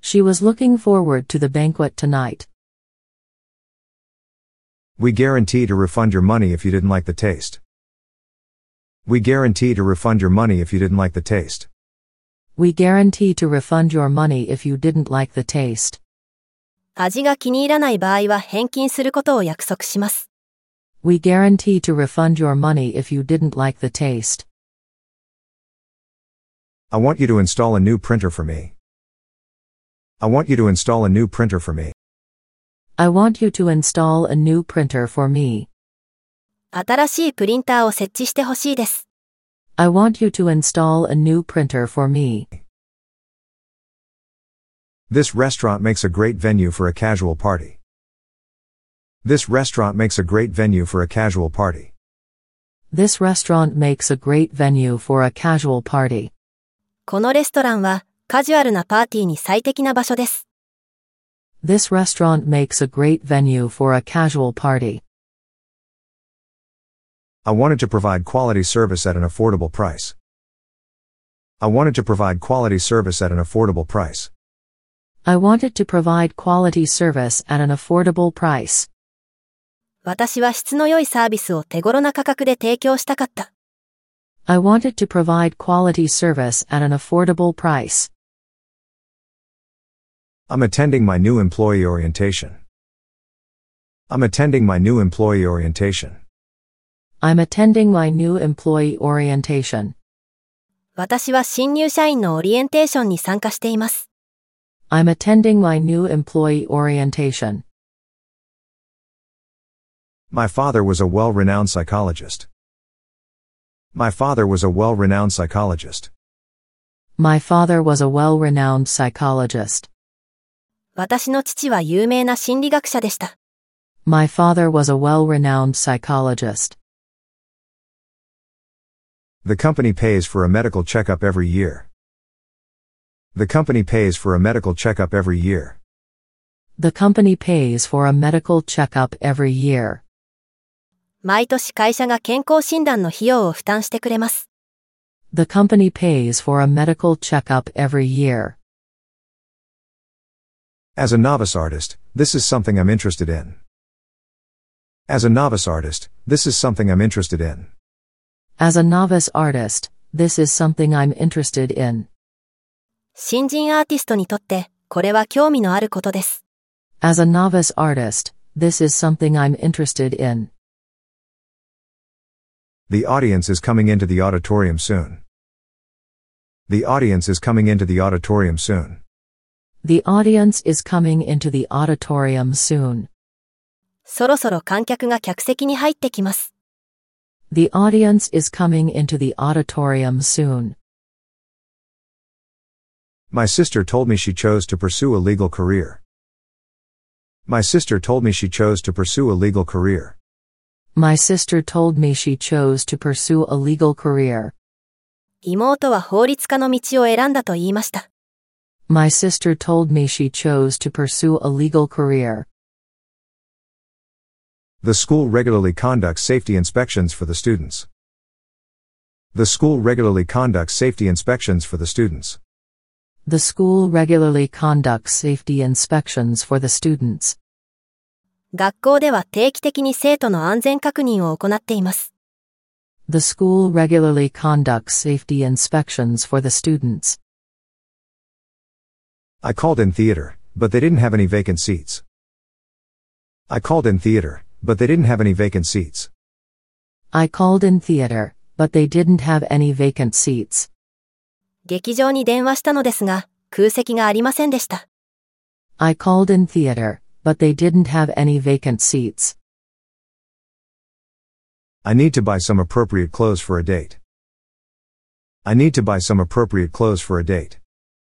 She was looking forward to the banquet tonight.
We guarantee to refund your money if you didn't like the taste. We guarantee to refund your money if you didn't like the taste.
We guarantee to refund your money if you didn't like the taste.
味が気に入らない場合は返金することを約束します。
We guarantee to refund your money if you didn't like the taste.
I want you to install a new printer for me. I want you to install a new printer for me.
I want you to install a new printer for me.
新しいプリンターを設置してほしいです。
I want you to install a new printer for me.
This restaurant makes a great venue for a casual party. This restaurant makes a great venue for a casual party.
This restaurant makes a great venue for a casual party.
このレストランはカジュアルなパーティーに最適な場所です。
This restaurant makes a great venue for a casual party.
I wanted to provide quality service at an affordable price. I wanted to provide quality service at an affordable price.
I wanted to provide quality service at an affordable price.
私は質の良いサービスを手頃な価格で提供したかった。
I wanted to provide quality service at an affordable price.
I'm attending my new employee orientation. I'm attending my new employee orientation.
I'm attending my new employee orientation.
私は新入社員のオリエンテーションに参加しています。
I'm attending my new employee orientation.
My father was a well-renowned psychologist. My father was a well-renowned psychologist.
My father was a well-renowned psychologist.
私の父は有名な心理学者でした。
My father was a well-renowned psychologist.
The company pays for a medical checkup every year. The company pays for a medical checkup every year.
The company pays for a medical checkup every year.
毎年会社が健康診断の費用を負担してくれます。
The company pays for a medical checkup every year.
As a novice artist, this is something I'm interested in. As a novice artist, this is something I'm interested in.
As a novice artist, this is something I'm interested in.
新人アーティストにとって、これは興味のあることです。
As a novice artist, this is something I'm interested in.
The audience is coming into the auditorium soon. The audience is coming into the auditorium soon.
The audience is coming into the auditorium soon.
そろそろ観客が客席に入ってきます。
The audience is coming into the auditorium soon.
My sister told me she chose to pursue a legal career. My sister told me she chose to pursue a legal career.
My sister told me she chose to pursue a legal career.
妹は法律家の道を選んだと言いました。
My sister told me she chose to pursue a legal career.
The school regularly conducts safety inspections for the students. The school regularly conducts safety inspections for the students.
The school regularly conducts safety inspections for the students.
学校では定期的に生徒の安全確認を行っています。
The school regularly conducts safety inspections for the students.
I called in theater, but they didn't have any vacant seats. I called in theater, but they didn't have any vacant seats.
I called in theater, but they didn't have any vacant seats.
劇場に電話したのですが、空席がありませんでした。
I called in theater, but they didn't have any vacant seats.
I need to buy some appropriate clothes for a date. I need to buy some appropriate clothes for a date.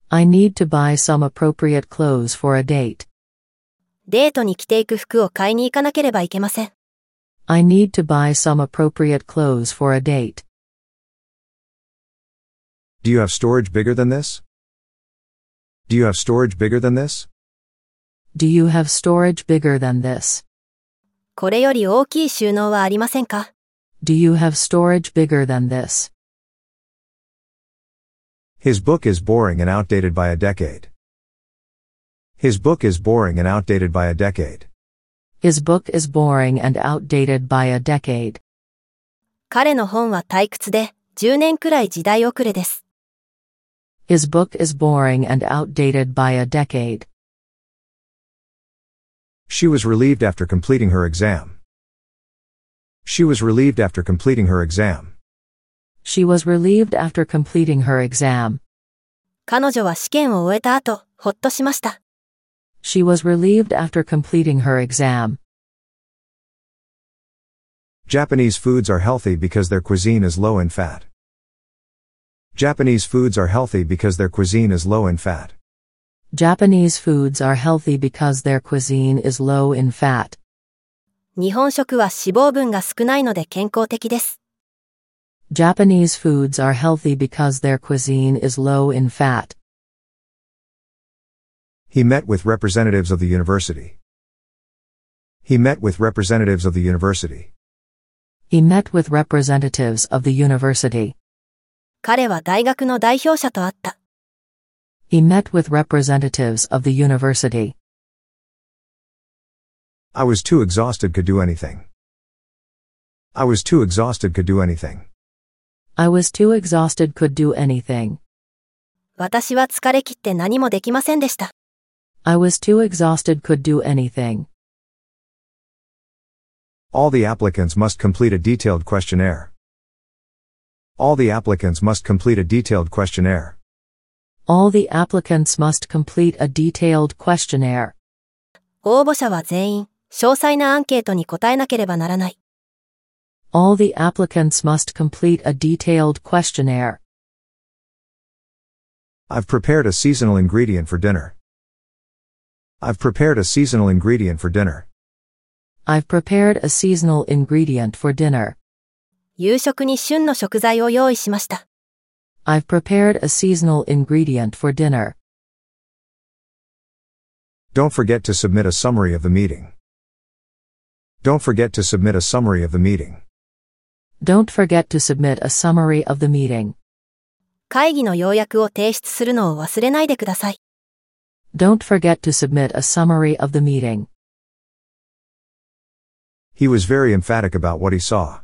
I need to buy some appropriate clothes for a date.
デートに着ていく服を買いに行かなければいけません。
I need to buy some appropriate clothes for a date.
Do you have storage bigger than this? Do you have storage bigger than this?
Do you have storage bigger than this?
これより大きい収納はありませんか
Do you have storage bigger than this?
His book is boring and outdated by a decade. His book is boring and outdated by a decade.
His book is boring and outdated by a decade.
彼の本は退屈で、10年くらい時代遅れです。
His book is boring and outdated by a decade.
She was relieved after completing her exam. She was relieved after completing her exam.
She was relieved after completing her exam.
彼女は試験を終えた後、ほっとしました。
She was relieved after completing her exam.
Japanese foods are healthy because their cuisine is low in fat. Japanese foods are healthy because their cuisine is low in fat.
Japanese foods are healthy because their cuisine is low in fat.
日本食は脂肪分が少ないので健康的です。
Japanese foods are healthy because their cuisine is low in fat.
He met with representatives of the university. He met with representatives of the university.
He met with representatives of the university.
彼は大学の代表者と会った。
He met with representatives of the university.
I was too exhausted could do anything. I was too exhausted could do anything.
I was too exhausted could do anything.
私は疲れ切って何もできませんでした。
I was too exhausted could do anything.
All the applicants must complete a detailed questionnaire. All the applicants must complete a detailed questionnaire.
All the applicants must complete a detailed questionnaire.
応募者は全員、詳細なアンケートに答えなければならない。
All the applicants must complete a detailed questionnaire.
I've prepared a seasonal ingredient for dinner. I've prepared a seasonal ingredient for dinner.
I've prepared a seasonal ingredient for dinner.
夕食に旬の食材を用意しました。
I've prepared a seasonal ingredient for dinner.
Don't forget to submit a summary of the meeting. Don't forget to submit a summary of the meeting.
Don't forget to submit a summary of the meeting.
会議の要約を提出するのを忘れないでください。
Don't forget to submit a summary of the meeting.
He was very emphatic about what he saw.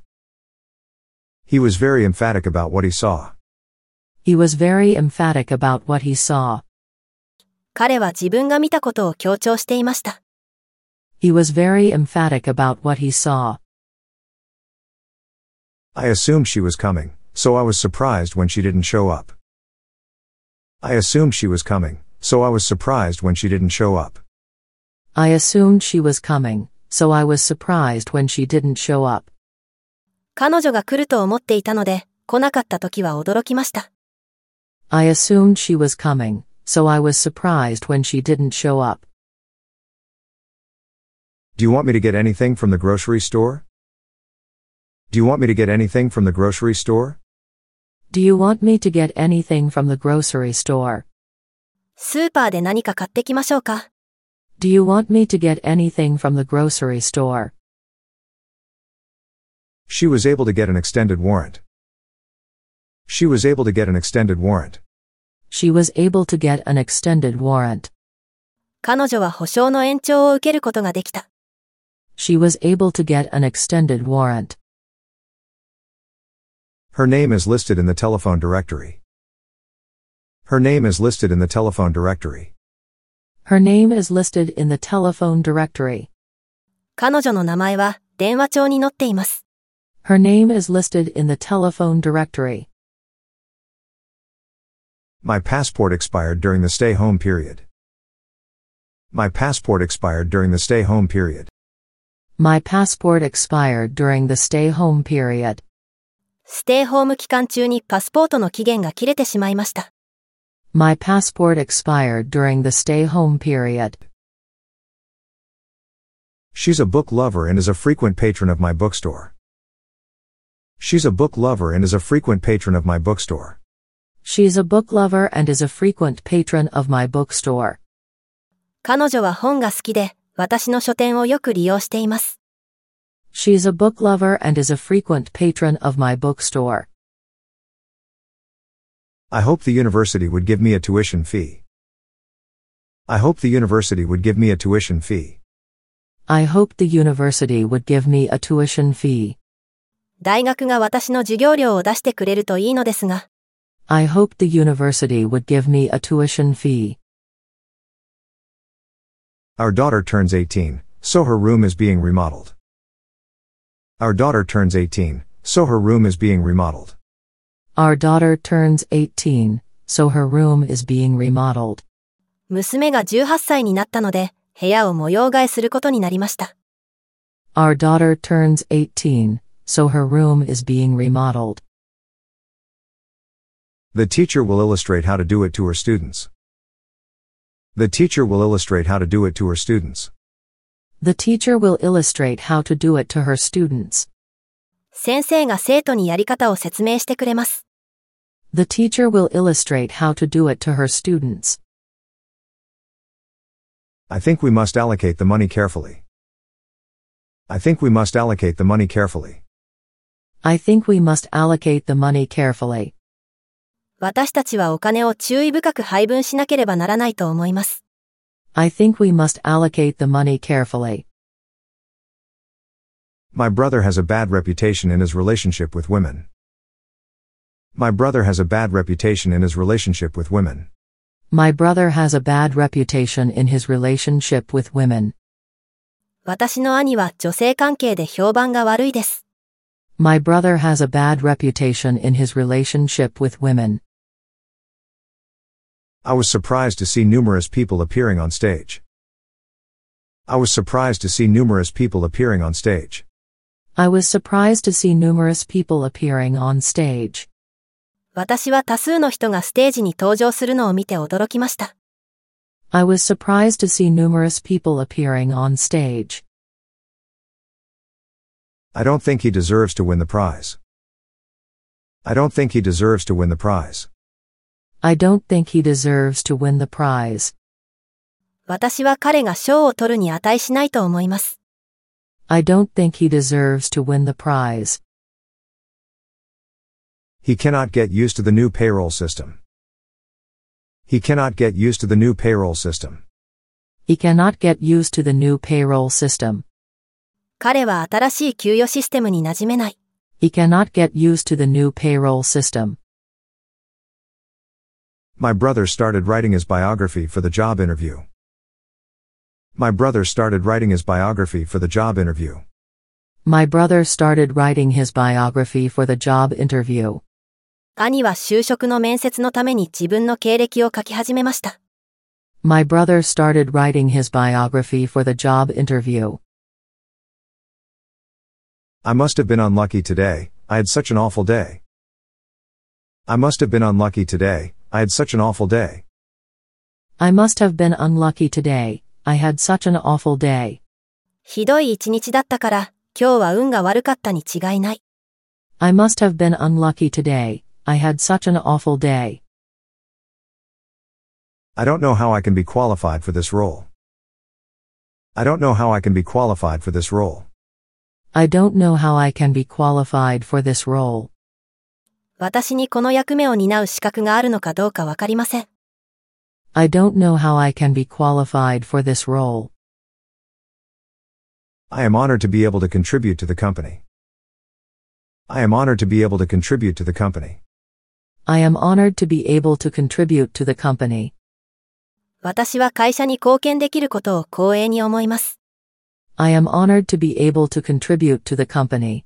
He was very emphatic about what he saw.
He was very emphatic about what he saw.
彼は自分が見たことを強調していました。
He was very emphatic about what he saw.
I assumed she was coming, so I was surprised when she didn't show up. I assumed she was coming, so I was surprised when she didn't show up.
I assumed she was coming, so I was surprised when she didn't show up.
彼女が来ると思っていたので、来なかった時は驚きました。
I assumed she was coming, so I was surprised when she didn't show up.
Do you want me to get anything from the grocery store? Do you want me to get anything from the grocery store?
Do you want me to get anything from the grocery store?
スーパーで何か買ってきましょうか。
Do you want me to get anything from the grocery store?
She was able to get an extended warrant. She was able to get an extended warrant.
She was able to get an extended warrant.
彼女は保証の延長を受けることができた。
She was able to get an extended warrant.
Her name is listed in the telephone directory. Her name is listed in the telephone directory.
Her name is listed in the telephone directory.
彼女の名前は電話帳に載っています。
Her name is listed in the telephone directory.
My passport expired during the stay home period. My passport expired during the stay home period.
My passport expired during the stay home period.
ステイホーム期間中にパスポートの期限が切れてしまいました。
My passport expired during the stay home period.
She's a book lover and is a frequent patron of my bookstore. She's a book lover and is a frequent patron of my bookstore.
She's a book lover and is a frequent patron of my bookstore.
彼女は本が好きで、私の書店をよく利用しています。
She's a book lover and is a frequent patron of my bookstore.
I hope the university would give me a tuition fee. I hope the university would give me a tuition fee.
I hope the university would give me a tuition fee.
大学が私の授業料を出してくれるといいのですが、
I hope the university would give me a tuition fee.
Our daughter turns 18, so her room is being remodeled. Our daughter turns 18, so her room is being remodeled.
Our daughter turns 18, so her room is being remodeled.
娘が18歳になったので、部屋を模様替えすることになりました。
Our daughter turns 18, so her room is being remodeled.
The teacher will illustrate how to do it to her students. The teacher will illustrate how to do it to her students.
The teacher will illustrate how to do it to her students.
先生が生徒にやり方を説明してくれます。
The teacher will illustrate how to do it to her students.
I think we must allocate the money carefully. I think we must allocate the money carefully.
I think we must allocate the money carefully.
私たちはお金を注意深く配分しなければならないと思います。
I think we must allocate the money carefully.
My brother has a bad reputation in his relationship with women. My brother has a bad reputation in his relationship with women.
My brother has a bad reputation in his relationship with women.
私の兄は女性関係で評判が悪いです。
My brother has a bad reputation in his relationship with women.
I was surprised to see numerous people appearing on stage. I was surprised to see numerous people appearing on stage.
I was surprised to see numerous people appearing on stage.
私は多数の人がステージに登場するのを見て驚きました。
I was surprised to see numerous people appearing on stage.
I don't think he deserves to win the prize. I don't think he deserves to win the prize.
I don't think he deserves to win the prize.
私は彼が賞を取るに値しないと思います。
I don't think he deserves to win the prize.
He cannot get used to the new payroll system. He cannot get used to the new payroll system.
He cannot get used to the new payroll system.
彼は新しい給与システムに馴染めない。
He cannot get used to the new payroll system.
My brother started writing his biography for the job interview. My brother started writing his biography for the job interview.
My brother started writing his biography for the job interview.
兄は就職の面接のために自分の経歴を書き始めました。
My brother started writing his biography for the job interview.
I must have been unlucky today, I had such an awful day. I must have been unlucky today, I had such an awful day.
I must have been unlucky today. I had such an awful day.
ひどい一日だったから、今日は運が悪かったに違いない。
I must have been unlucky today. I had such an awful day.
I don't know how I can be qualified for this role. I don't know how I can be qualified for this role.
I don't know how I can be qualified for this role.
私にこの役目を担う資格があるのかどうかわかりません。
I don't know how I can be qualified for this role.
I am honored to be able to contribute to the company. I am honored to be able to contribute to the company.
I am honored to be able to contribute to the company.
私は会社に貢献できることを光栄に思います。
I am honored to be able to contribute to the company.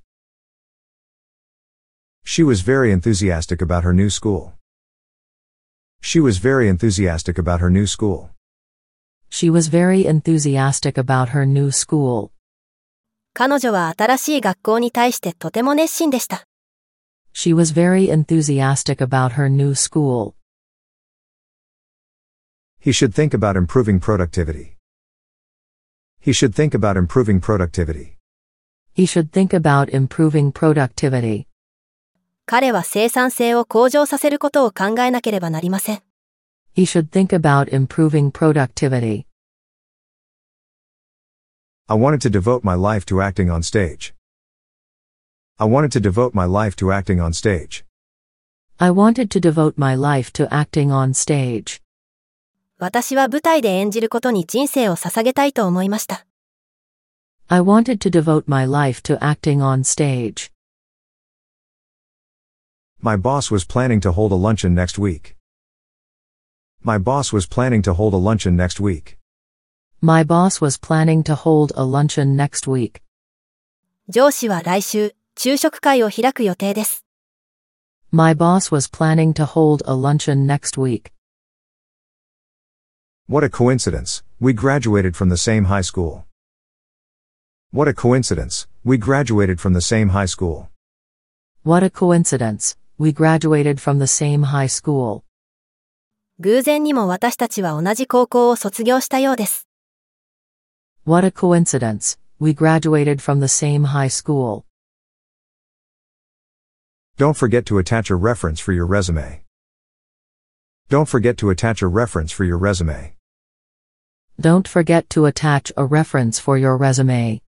She was very enthusiastic about her new school. She was very enthusiastic about her new school.
She was very enthusiastic about her new school.
彼女は新しい学校に対してとても熱心でした。
She was very enthusiastic about her new school.
He should think about improving productivity. He should think about improving productivity.
He should think about improving productivity.
彼は生産性を向上させることを考えなければなりません。
He should think about improving productivity.
I wanted to devote my life to acting on stage. I wanted to devote my life to acting on stage.
I wanted to devote my life to acting on stage.
私は舞台で演じることに人生を捧げたいと思いました。
I wanted to devote my life to acting on stage.
My boss was planning to hold a luncheon next week. My boss was planning to hold a luncheon next week.
My boss was planning to hold a luncheon next week.
上司は来週、昼食会を開く予定です。
My boss was planning to hold a luncheon next week.
What a coincidence, we graduated from the same high school. What a coincidence, we graduated from the same high school.
What a coincidence. We graduated from the same high school.
偶然にも私たちは同じ高校を卒業したようです。
What a coincidence. We graduated from the same high school.
Don't forget to attach a reference for your resume. Don't forget to attach a reference for your resume.
Don't forget to attach a reference for your resume.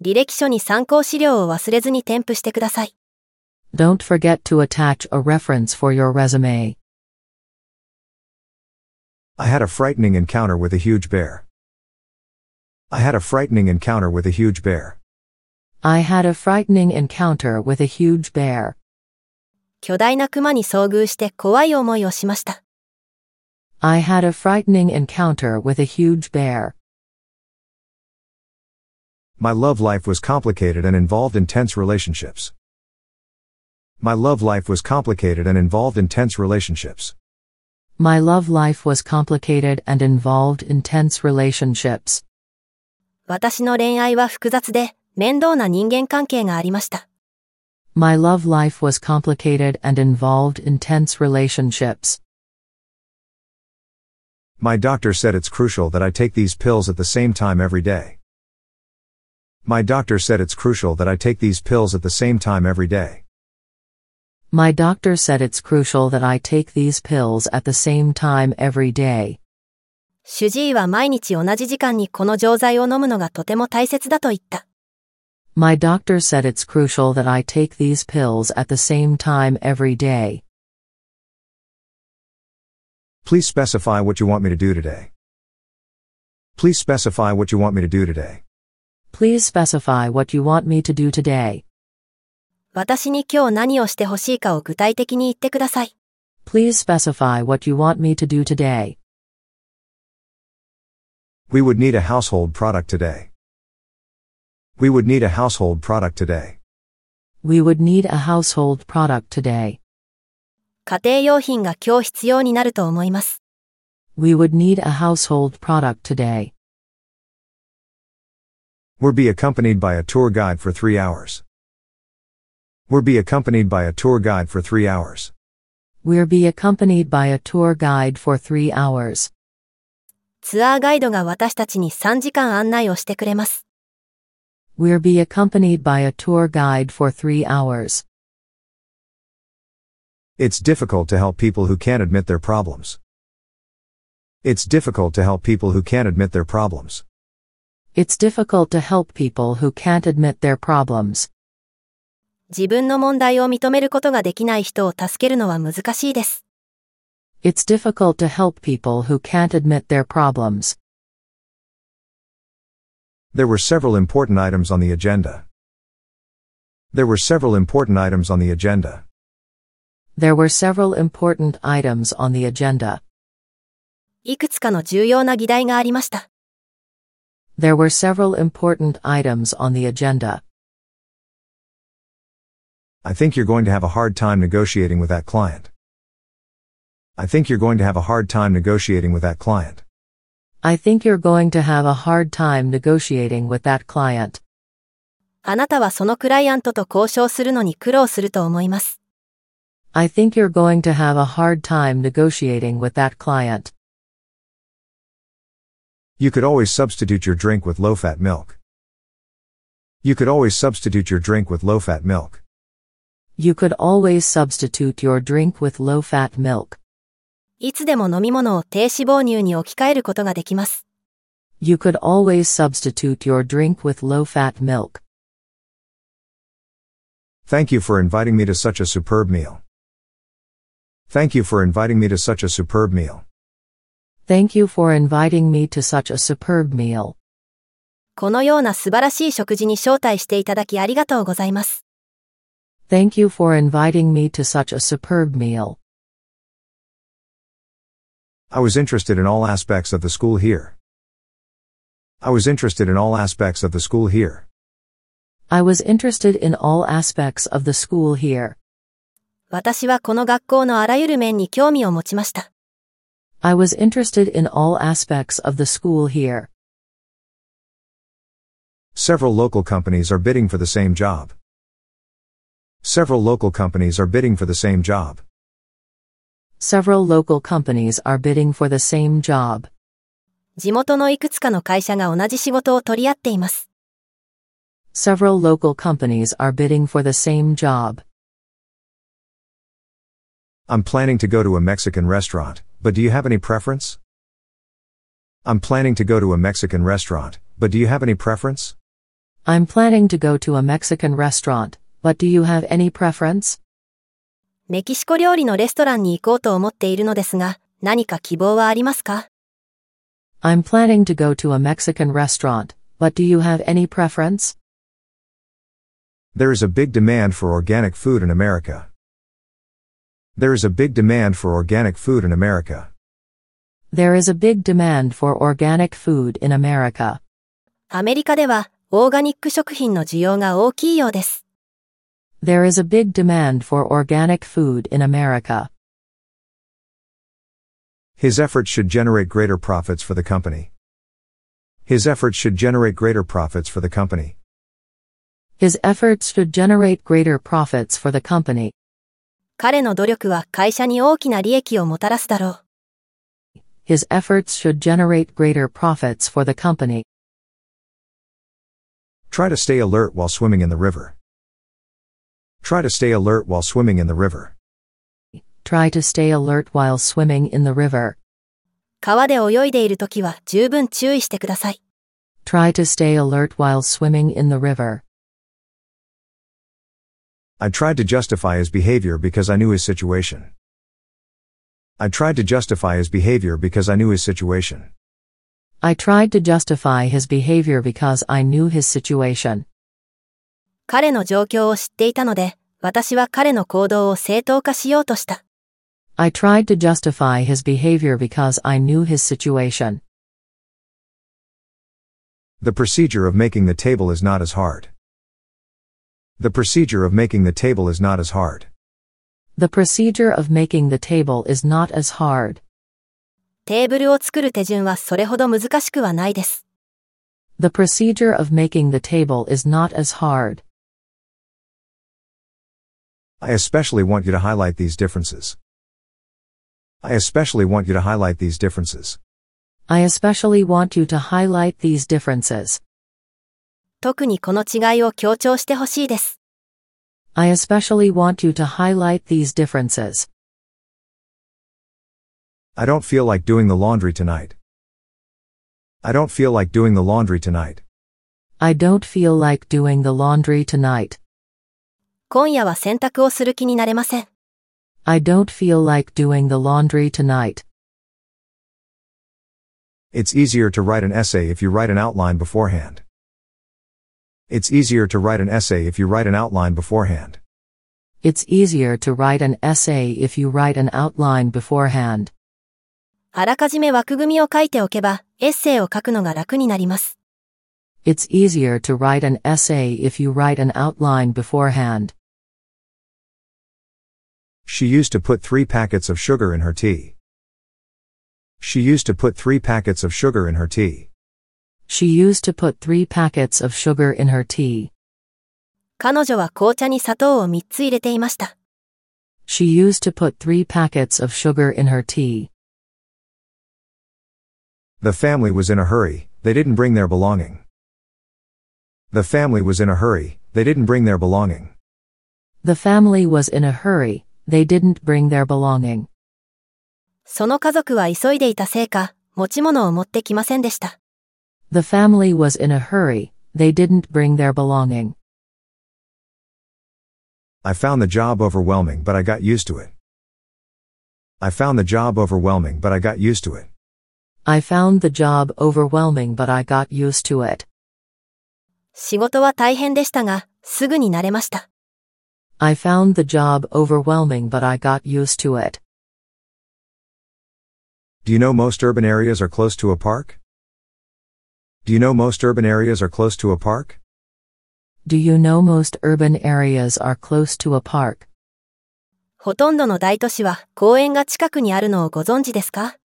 履歴書に参考資料を忘れずに添付してください。
Don't forget to attach a reference for your resume.
I had a frightening encounter with a huge bear. I had a frightening encounter with a huge bear.
I had a frightening encounter with a huge bear.
巨大な熊に遭遇して怖い思いをしました。
I had a frightening encounter with a huge bear.
My love life was complicated and involved intense relationships. My love life was complicated and involved intense relationships.
My love life was complicated and involved intense relationships.
私の恋愛は複雑で、面倒な人間関係がありました。
My love life was complicated and involved intense relationships.
My doctor said it's crucial that I take these pills at the same time every day. My doctor said it's crucial that I take these pills at the same time every day.
My doctor said it's crucial that I take these pills at the same time every day.
主治医は毎日同じ時間にこの錠剤を飲むのがとても大切だと言った。
My doctor said it's crucial that I take these pills at the same time every day.
Please specify what you want me to do today. Please specify what you want me to do today.
Please specify what you want me to do today.
私に今日何をしてほしいかを具体的に言ってください。
Please specify what you want me to do today.
We would need a household product today. We would need a household product today.
We would need a household product today.
家庭用品が今日必要になると思います。
We would need a household product today.
We'll be accompanied by a tour guide for three hours. We'll be accompanied by a tour guide for three hours.
We'll be accompanied by a tour guide for three hours.
ツアーガイドが私たちに3時間案内をしてくれます。
We'll be accompanied by a tour guide for three hours.
It's difficult to help people who can't admit their problems. It's difficult to help people who can't admit their problems.
It's difficult to help people who can't admit their problems.
自分の問題を認めることができない人を助けるのは難しいです。
It's difficult to help people who can't admit their problems.
There were several important items on the agenda. There were several important items on the agenda.
There were several important items on the agenda.
いくつかの重要な議題がありました。
There were several important items on the agenda.
I think you're going to have a hard time negotiating with that client. I think you're going to have a hard time negotiating with that client.
I think you're going to have a hard time negotiating with that client.
あなたはそのクライアントと交渉するのに苦労すると思います。
I think you're going to have a hard time negotiating with that client.
You could always substitute your drink with low fat milk. You could always substitute your drink with low fat milk.
You could always substitute your drink with low fat milk.
いつでも飲み物を低脂肪乳に置き換えることができます。
You could always substitute your drink with low fat milk.
Thank you for inviting me to such a superb meal. Thank you for inviting me to such a superb meal.
Thank you for inviting me to such a superb meal.
このような素晴らしい食事に招待していただきありがとうございます。
Thank you for inviting me to such a superb meal.
I was interested in all aspects of the school here. I was interested in all aspects of the school here.
I was interested in all aspects of the school here.
私はこの学校のあらゆる面に興味を持ちました。
I was interested in all aspects of the school here.
Several local companies are bidding for the same job. Several local companies are bidding for the same job.
Several local companies are bidding for the same job.
地元のいくつかの会社が同じ仕事を取り合っています。
Several local companies are bidding for the same job.
I'm planning to go to a Mexican restaurant, but do you have any preference? I'm planning to go to a Mexican restaurant, but do you have any preference?
I'm planning to go to a Mexican restaurant, but do you have any preference?
メキシコ料理のレストランに行こうと思っているのですが、何か希望はありますか
I'm planning to go to a Mexican restaurant, but do you have any preference?
There is a big demand for organic food in America. There is a big demand for organic food in America.
There is a big demand for organic food in America.
アメリカでは、オーガニック食品の需要が大きいようです。
There is a big demand for organic food in America.
His efforts should generate greater profits for the company. His efforts should generate greater profits for the company.
His efforts should generate greater profits for the company.
彼の努力は会社に大きな利益をもたらすだろう。
His efforts should generate greater profits for the company.
Try to stay alert while swimming in the river. Try to stay alert while swimming in the river.
Try to stay alert while swimming in the river.
川で泳いでいるときは十分注意してください。
Try to stay alert while swimming in the river.
I tried to justify his behavior because I knew his situation. I tried to justify his behavior because I knew his situation.
I tried to justify his behavior because I knew his situation.
彼の状況を知っていたので、私は彼の行動を正当化しようとした。
I tried to justify his behavior because I knew his situation.
The procedure of making the table is not as hard. The procedure of making the table is not as hard.
The procedure of making the table is not as hard.
テーブルを作る手順はそれほど難しくはないです。
The procedure of making the table is not as hard.
I especially want you to highlight these differences. I especially want you to highlight these differences.
I especially want you to highlight these differences.
特にこの違いを強調してほしいです。
I especially want you to highlight these differences.
I don't feel like doing the laundry tonight. I don't feel like doing the laundry tonight.
I don't feel like doing the laundry tonight.
今夜は洗濯をする気になれません。
I don't feel like doing the laundry tonight.
It's easier to write an essay if you write an outline beforehand. It's easier to write an essay if you write an outline beforehand.
It's easier to write an essay if you write an outline beforehand.
あらかじめ枠組みを書いておけば、エッセイを書くのが楽になります。
It's easier to write an essay if you write an outline beforehand.
She used to put three packets of sugar in her tea. She used to put three packets of sugar in her tea.
She used to put three packets of sugar in her tea.
彼女は紅茶に砂糖を3つ入れていました。
She used to put three packets of sugar in her tea.
The family was in a hurry, they didn't bring their belonging. The family was in a hurry, they didn't bring their belonging.
The family was in a hurry, they didn't bring their belonging.
その家族は急いでいたせいか、持ち物を持ってきませんでした。
The family was in a hurry, they didn't bring their belonging.
I found the job overwhelming but I got used to it. I found the job overwhelming, but I got used to it.
I found the job overwhelming but I got used to it.
仕事は大変でしたが、すぐに慣れました。
I found the job overwhelming but I got used to it.
Do you know most urban areas are close to a park? Do you know most urban areas are close to a park?
Do you know most urban areas are close to a park?
ほとんどの大都市は公園が近くにあるのをご存知ですか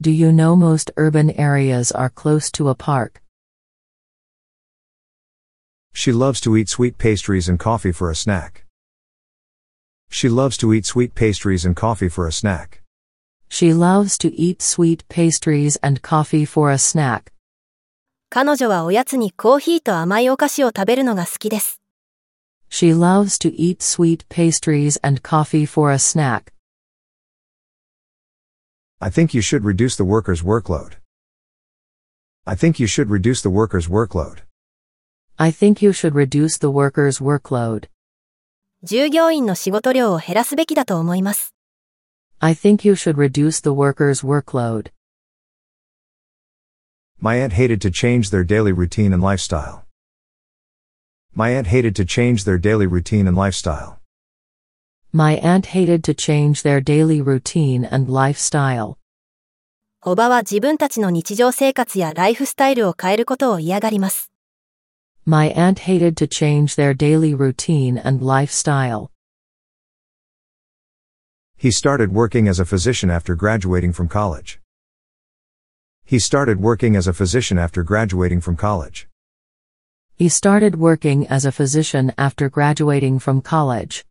Do you know most urban areas are close to a park?
She loves to eat sweet pastries and coffee for a snack. She loves to eat sweet pastries and coffee for a snack.
She loves to eat sweet pastries and coffee for a snack.
彼女はおやつにコーヒーと甘いお菓子を食べるのが好きです。
She loves to eat sweet pastries and coffee for a snack.
I think you should reduce the workers' workload. I think you should reduce the workers' workload.
I think you should reduce the workers' workload.
従業員の仕事量を減らすべきだと思います。
I think you should reduce the workers' workload.
My aunt hated to change their daily routine and lifestyle. My aunt hated to change their daily routine and lifestyle.
My aunt hated to change their daily routine and lifestyle.
おばは自分たちの日常生活やライフスタイルを変えることを嫌がります。
My aunt hated to change their daily routine and lifestyle.
He started working as a physician after graduating from college. He started working as a physician after graduating from college.
He started working as a physician after graduating from college.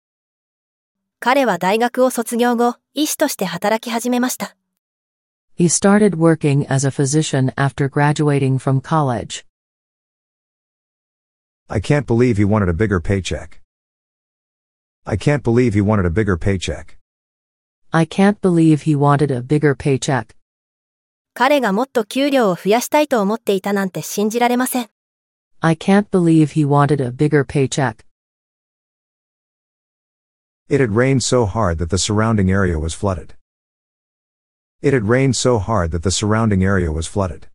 彼は大学を卒業後、医師として働き始めました。
He started working as a physician after graduating from college.
I can't believe he wanted a bigger paycheck. I can't believe he wanted a bigger paycheck.
I can't believe he wanted a bigger paycheck.
彼がもっと給料を増やしたいと思っていたなんて信じられません。
I can't believe he wanted a bigger paycheck.
It had rained so hard that the surrounding area was flooded. It had rained so hard that the surrounding area was flooded.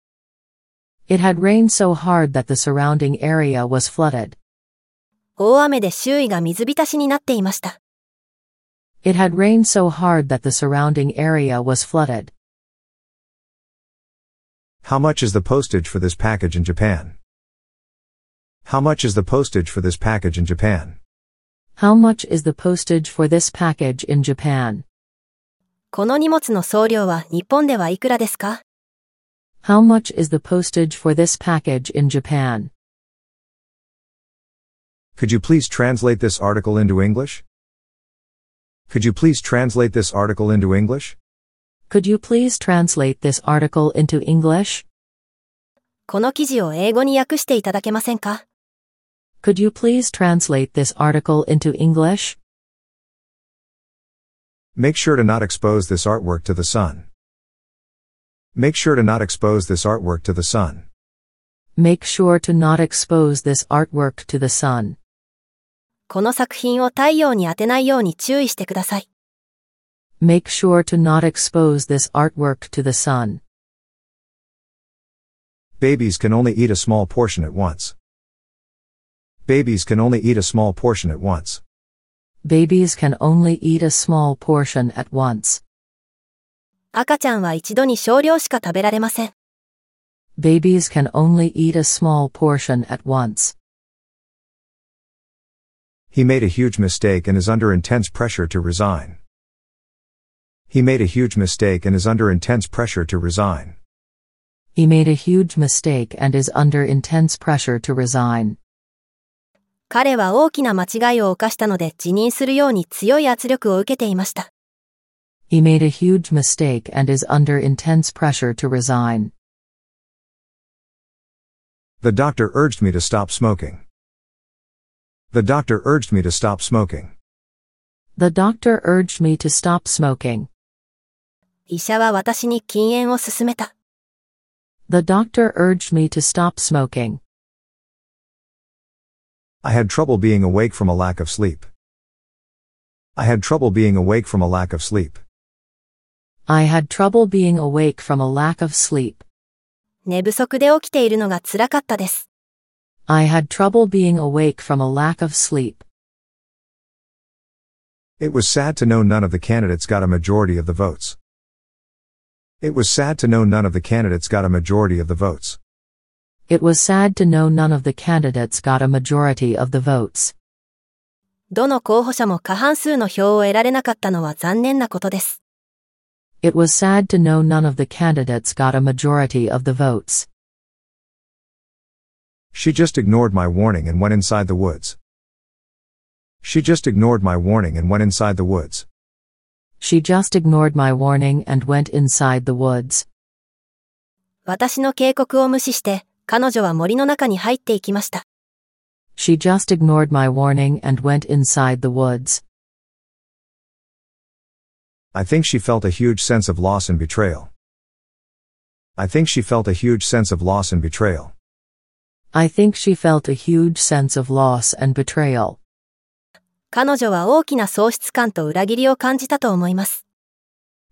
It had rained so hard that the surrounding area was flooded.
大雨で周囲が水浸しになっていました。
It had rained so hard that the surrounding area was flooded.
How much is the postage for this package in Japan? How much is the postage for this package in Japan?
How much is the postage for this package in Japan?
この荷物の送料は日本ではいくらですか
How much is the postage for this package in Japan?
Could you please translate this article into English? Could you please translate this article into English?
Could you please translate this article into English?
この記事を英語に訳していただけませんか
Could you please translate this article into English?
Make sure to not expose this artwork to the sun. Make sure to not expose this artwork to the sun.
Make sure to not expose this artwork to the sun.
この作品を太陽に当てないように注意してください。
Make sure to not expose this artwork to the sun.
Babies can only eat a small portion at once. Babies can only eat a small portion at once.
Babies can only eat a small portion at once.
赤ちゃんは一度に少量しか食べられません。
Babies can only eat a small portion at once.
He made a huge mistake and is under intense pressure to resign. He made a huge mistake and is under intense pressure to resign.
He made a huge mistake and is under intense pressure to resign.
彼は大きな間違いを犯したので辞任するように強い圧力を受けていました。
He made a huge mistake and is under intense pressure to resign.
The doctor urged me to stop smoking. The doctor urged me to stop smoking.
The doctor urged me to stop smoking.
医者は私に禁煙を勧めた。
The doctor urged me to stop smoking.
I had trouble being awake from a lack of sleep. I had trouble being awake from a lack of sleep.
I had trouble being awake from a lack of sleep.
寝不足で起きているのが辛かったです。
I had trouble being awake from a lack of sleep.
It was sad to know none of the candidates got a majority of the votes. It was sad to know none of the candidates got a majority of the votes.
It was sad to know none of the candidates got a majority of the votes.
どの候補者も過半数の票を得られなかったのは残念なことです。
It was sad to know none of the candidates got a majority of the votes.
She just ignored my warning and went inside the woods. She just ignored my warning and went inside the woods.
She just ignored my warning and went inside the woods.
私の警告を無視して、彼女は森の中に入っていきました。
She just ignored my warning and went inside the woods.
I think she felt a huge sense of loss and betrayal. I think she felt a huge sense of loss and betrayal.
I think she felt a huge sense of loss and betrayal.
彼女は大きな喪失感と裏切りを感じたと思います。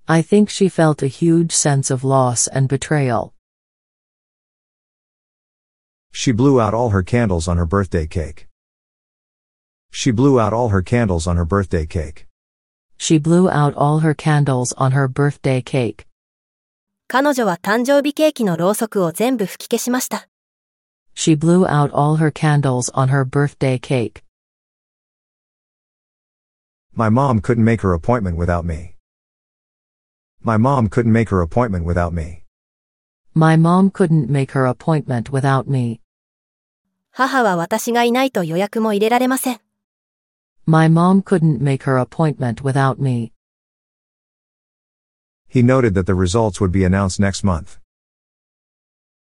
I think she felt a huge sense of loss and betrayal.
She blew out all her candles on her birthday cake. She blew out all her candles on her birthday cake.
She blew out all her candles on her birthday cake.
彼女は誕生日ケーキのろうそくを全部吹き消しました。
She blew out all her candles on her birthday cake.
My mom couldn't make her appointment without me. My mom couldn't make her appointment without me.
My mom couldn't make her appointment without me.
母は私がいないと予約も入れられません。
My mom couldn't make her appointment without me.
He noted that the results would be announced next month.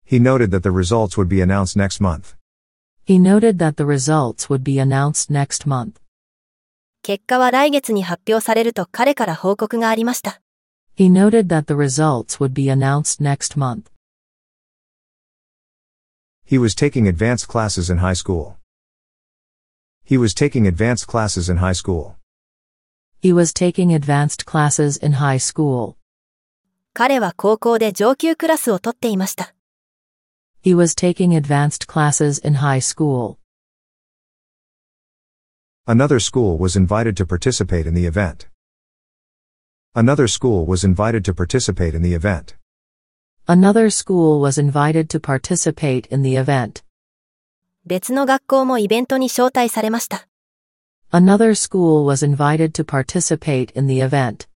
He noted that the results would be announced next month.
He noted that the results would be announced next month.
結果は来月に発表されると彼から報告がありました。
He noted that the results would be announced next month.
He was taking advanced classes in high school. He was taking advanced classes in high school.
He was taking advanced classes in high school.
彼は高校で上級クラスを取っていました。
He was taking advanced classes in high school.
Another school was invited to participate in the event. Another school was invited to participate in the event.
Another school was invited to participate in the event.
別の学校もイベントに招待されました。
Another school was invited to participate in the event.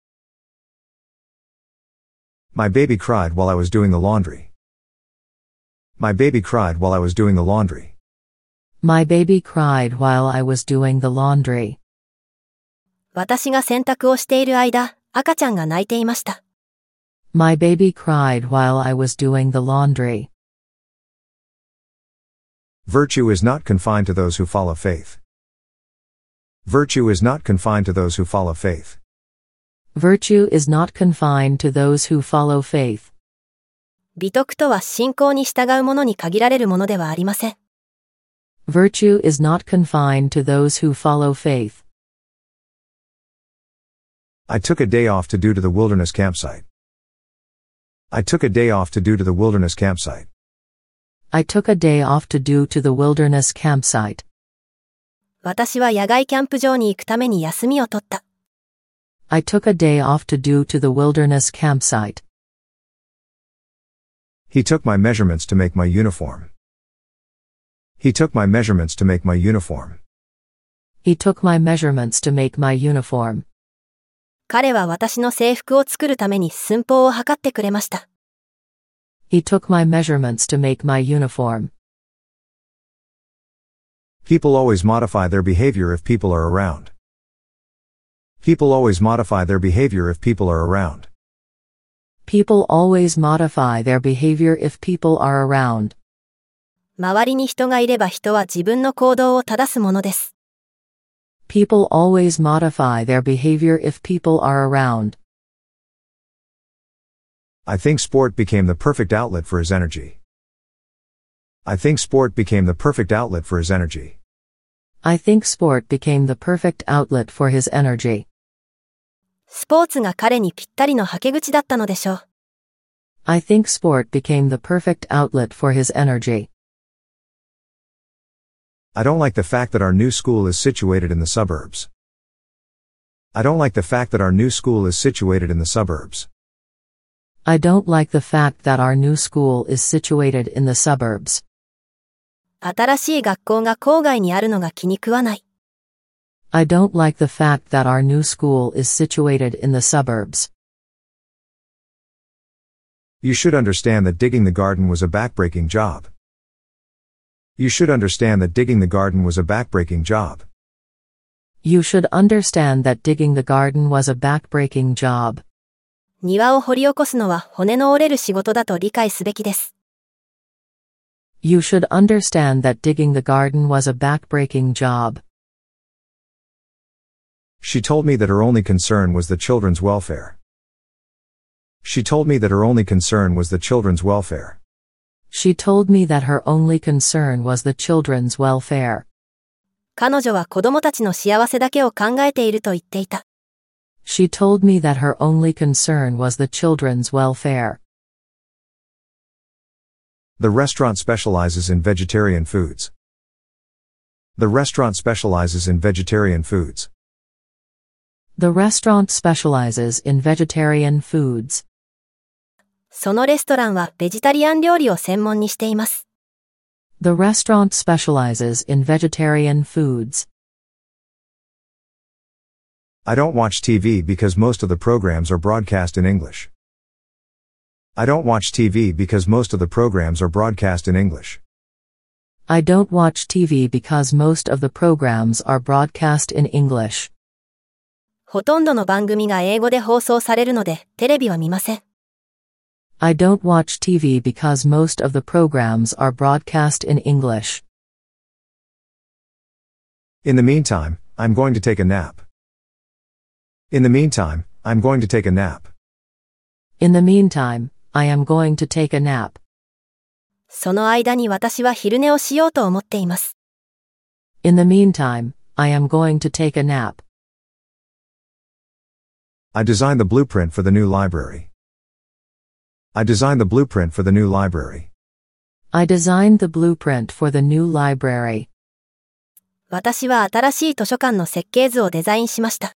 My baby cried while I was doing the laundry. My baby cried while I was doing the laundry.
My baby cried while I was doing the laundry.
私が洗濯をしている間、赤ちゃんが泣いていました。
My baby cried while I was doing the laundry.
Virtue is not confined to those who follow faith. Virtue is not confined to those who follow faith.
Virtue is not confined to those who follow faith.
美徳とは信仰に従うものに限られるものではありません。
Virtue is not confined to those who follow faith.
I took a day off to do to the wilderness campsite. I took a day off to do to the wilderness campsite.
I took a day off to do to the wilderness campsite.
私は野外キャンプ場に行くために休みを取った。
I took a day off to do to the wilderness campsite.
He took my measurements to make my uniform. He took my measurements to make my uniform.
He took my measurements to make my uniform.
彼は私の制服を作るために寸法を測ってくれました。
He took my measurements to make my uniform.
People always modify their behavior if people are around. People always modify their behavior if people are around.
People always modify their behavior if people are around.
周りに人がいれば人は自分の行動を正すものです。
People always modify their behavior if people are around.
I think sport became the perfect outlet for his energy. I think sport became the perfect outlet for his energy.
I think sport became the perfect outlet for his energy.
スポーツが彼にぴったりのはけ口だったのでしょう。
I think sport became the perfect outlet for his energy.
I don't like the fact that our new school is situated in the suburbs. I don't like the fact that our new school is situated in the suburbs.
I don't like the fact that our new school is situated in the suburbs.
新しい学校が郊外にあるのが気に食わない。
I don't like the fact that our new school is situated in the suburbs.
You should understand that digging the garden was a backbreaking job. You should understand that digging the garden was a backbreaking job.
You should understand that digging the garden was a backbreaking job.
庭を掘り起こすのは骨の折れる仕事だと理解すべきです。
You should understand that digging the garden was a backbreaking job.
She told me that her only concern was the children's welfare. She told me that her only concern was the children's welfare.
She told me that her only concern was the children's welfare.
彼女は子供たちの幸せだけを考えていると言っていた。
She told me that her only concern was the children's welfare.
The restaurant specializes in vegetarian foods. The restaurant specializes in vegetarian foods.
The restaurant specializes in vegetarian foods.
そのレストランはベジタリアン料理を専門にしています。
The restaurant specializes in vegetarian foods.
I don't watch TV because most of the programs are broadcast in English. I don't watch TV because most of the programs are broadcast in English.
I don't watch TV because most of the programs are broadcast in English.
ほとんどの番組が英語で放送されるので、テレビは見ません。
I don't watch TV because most of the programs are broadcast in English.
In the meantime, I'm going to take a nap. In the meantime, I'm going to take a nap.
In the meantime, I am going to take a nap.
その間に私は昼寝をしようと思っています。
In the meantime, I am going to take a nap.
I designed the blueprint for the new library. I designed the blueprint for the new library.
I designed the blueprint for the new library.
私は新しい図書館の設計図をデザインしました。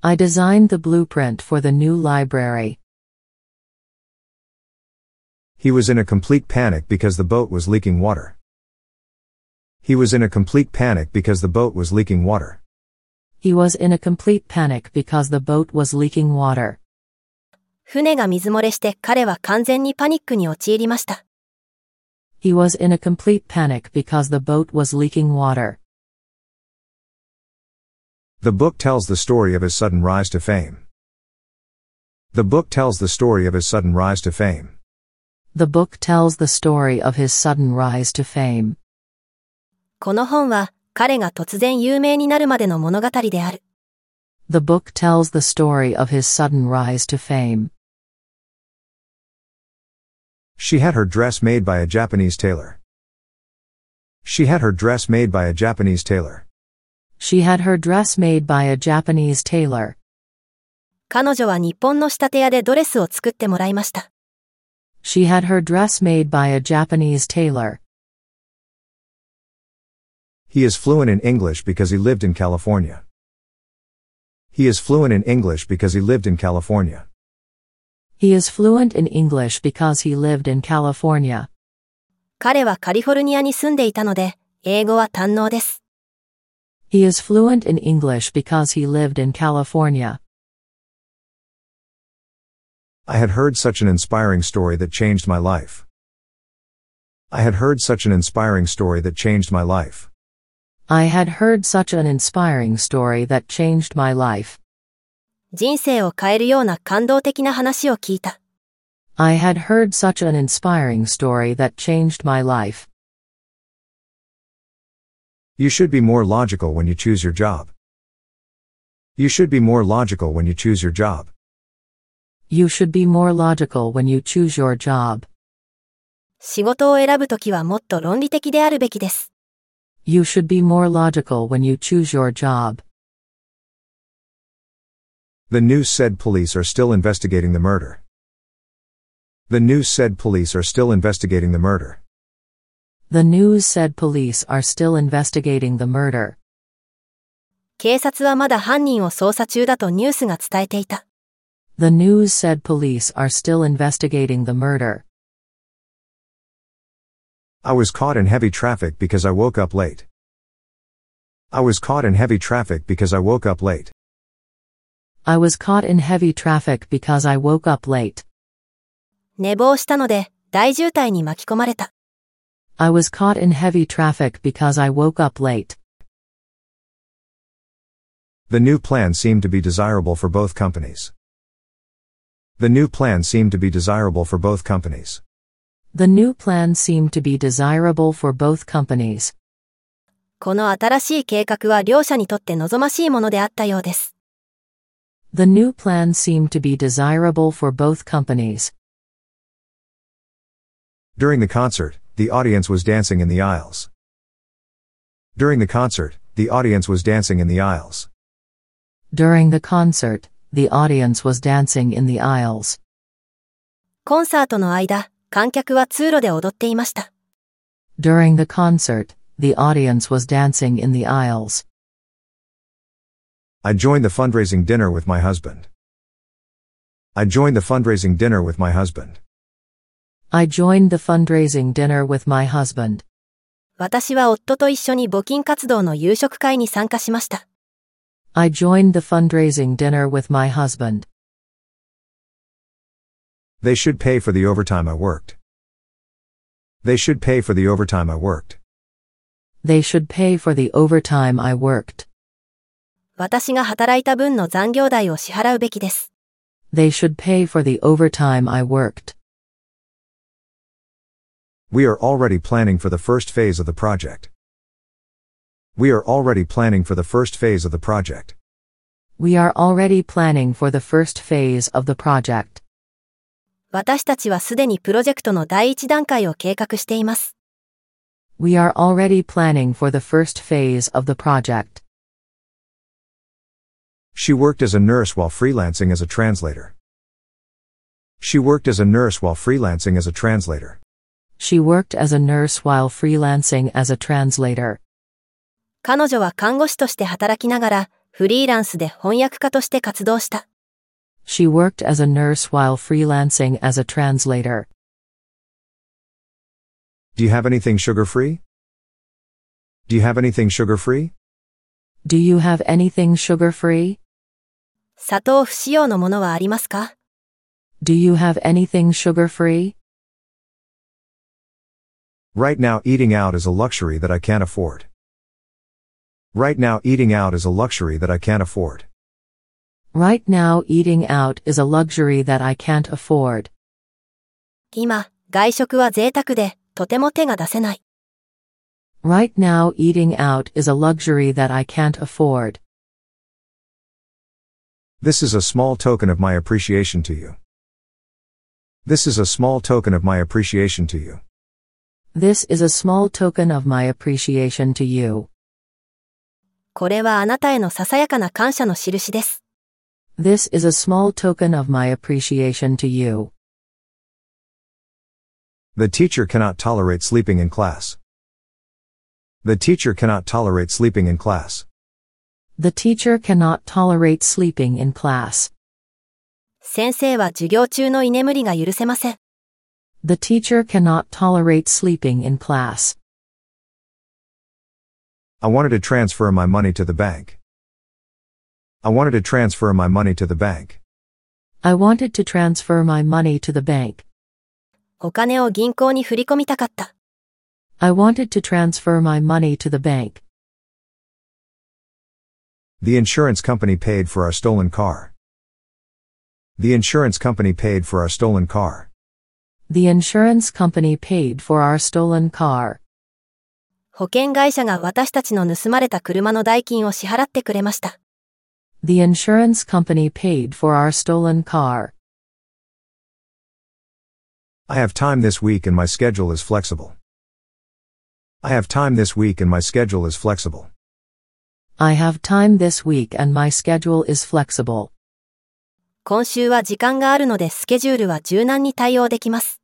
I designed the blueprint for the new library.
He was in a complete panic because the boat was leaking water. He was in a complete panic because the boat was leaking water.
He was in a complete panic because the boat was leaking water.
船が水漏れして彼は完全にパニックに陥りました。
He was in a complete panic because the boat was leaking water.
The book tells the story of his sudden rise to fame. The book tells the story of his sudden rise to fame.
The book tells the story of his sudden rise to fame.
この本は彼が突然有名になるまでの物語である。
The book tells the story of his sudden rise to fame.
She had her dress made by a Japanese tailor. She had her dress made by a Japanese tailor.
She had her dress made by a Japanese tailor.
彼女は日本の仕立て屋でドレスを作ってもらいました。
She had her dress made by a Japanese tailor.
He is fluent in English because he lived in California. He is fluent in English because he lived in California.
He is fluent in English because he lived in California.
彼はカリフォルニアに住んでいたので、英語は堪能です。
He is fluent in English because he lived in California.
I had heard such an inspiring story that changed my life. I had heard such an inspiring story that changed my life.
I had heard such an inspiring story that changed my life.
人生を変えるような感動的な話を聞いた。
I had heard such an inspiring story that changed my life.
You should be more logical when you choose your job. You should be more logical when you choose your job.
You should be more logical when you choose your job.
仕事を選ぶときはもっと論理的であるべきです。
You should be more logical when you choose your job.
The news said police are still investigating the murder. The news said police are still investigating the murder.
The news said police are still investigating the murder.
警察はまだ犯人を捜査中だとニュースが伝えていた。
The news said police are still investigating the murder.
I was caught in heavy traffic because I woke up late. I was caught in heavy traffic because I woke up late.
I was caught in heavy traffic because I woke up late.
寝坊したので、大渋滞に巻き込まれた。
I was caught in heavy traffic because I woke up late.
The new plan seemed to be desirable for both companies. The new plan seemed to be desirable for both companies.
The new plan seemed to be desirable for both companies.
この新しい計画は両者にとって望ましいものであったようです。
The new plan seemed to be desirable for both companies.
During the concert, the audience was dancing in the aisles. During the concert, the audience was dancing in the aisles.
During the concert, the audience was dancing in the aisles.
コンサートの間、観客は通路で踊っていました。
During the concert, the audience was dancing in the aisles.
I joined the fundraising dinner with my husband. I joined the fundraising dinner with my husband.
I joined the fundraising dinner with my husband.
私は夫と一緒に募金活動の夕食会に参加しました。
I joined the fundraising dinner with my husband.
They should pay for the overtime I worked. They should pay for the overtime I worked.
They should pay for the overtime I worked.
私が働いた分の残業代を支払うべきです。
They should pay for the overtime I worked.
We are already planning for the first phase of the project. We are already planning for the first phase of the project.
We are already planning for the first phase of the project.
私たちはすでにプロジェクトの第一段階を計画しています。
We are already planning for the first phase of the project.
She worked as a nurse while freelancing as a translator. She worked as a nurse while freelancing as a translator.
She worked as a nurse while freelancing as a translator.
彼女は看護師として働きながら、フリーランスで翻訳家として活動した。
She worked as a nurse while freelancing as a translator.
Do you have anything sugar free? Do you have anything sugar free?
Do you have anything sugar free?
砂糖不使用のものはありますか
Do you have anything sugar free?
Right now eating out is a luxury that I can't afford. Right now eating out is a luxury that I can't afford.
Right now, eating out is a luxury that I can't afford.
今、外食は贅沢で、とても手が出せない。
Right now, eating out is a luxury that I can't afford.
This is a small token of my appreciation to you. This is a small token of my appreciation to you.
This is a small token of my appreciation to you.
これはあなたへのささやかな感謝の印です。
This is a small token of my appreciation to you.
The teacher cannot tolerate sleeping in class. The teacher cannot tolerate sleeping in class.
The teacher cannot tolerate sleeping in class.
先生は授業中の居眠りが許せません。
The teacher cannot tolerate sleeping in class.
I wanted to transfer my money to the bank. I wanted to transfer my money to the bank.
I wanted to transfer my money to the bank.
お金を銀行に振り込みたかった。
I wanted to transfer my money to the bank.
The insurance company paid for our stolen car. The insurance company paid for our stolen car.
The insurance company paid for our stolen car.
保険会社が私たちの盗まれた車の代金を支払ってくれました。
The insurance company paid for our stolen car.
I have time this week and my schedule is flexible. I have time this week and my schedule is flexible.
I have time this week and my schedule is flexible.
今週は時間があるのでスケジュールは柔軟に対応できます。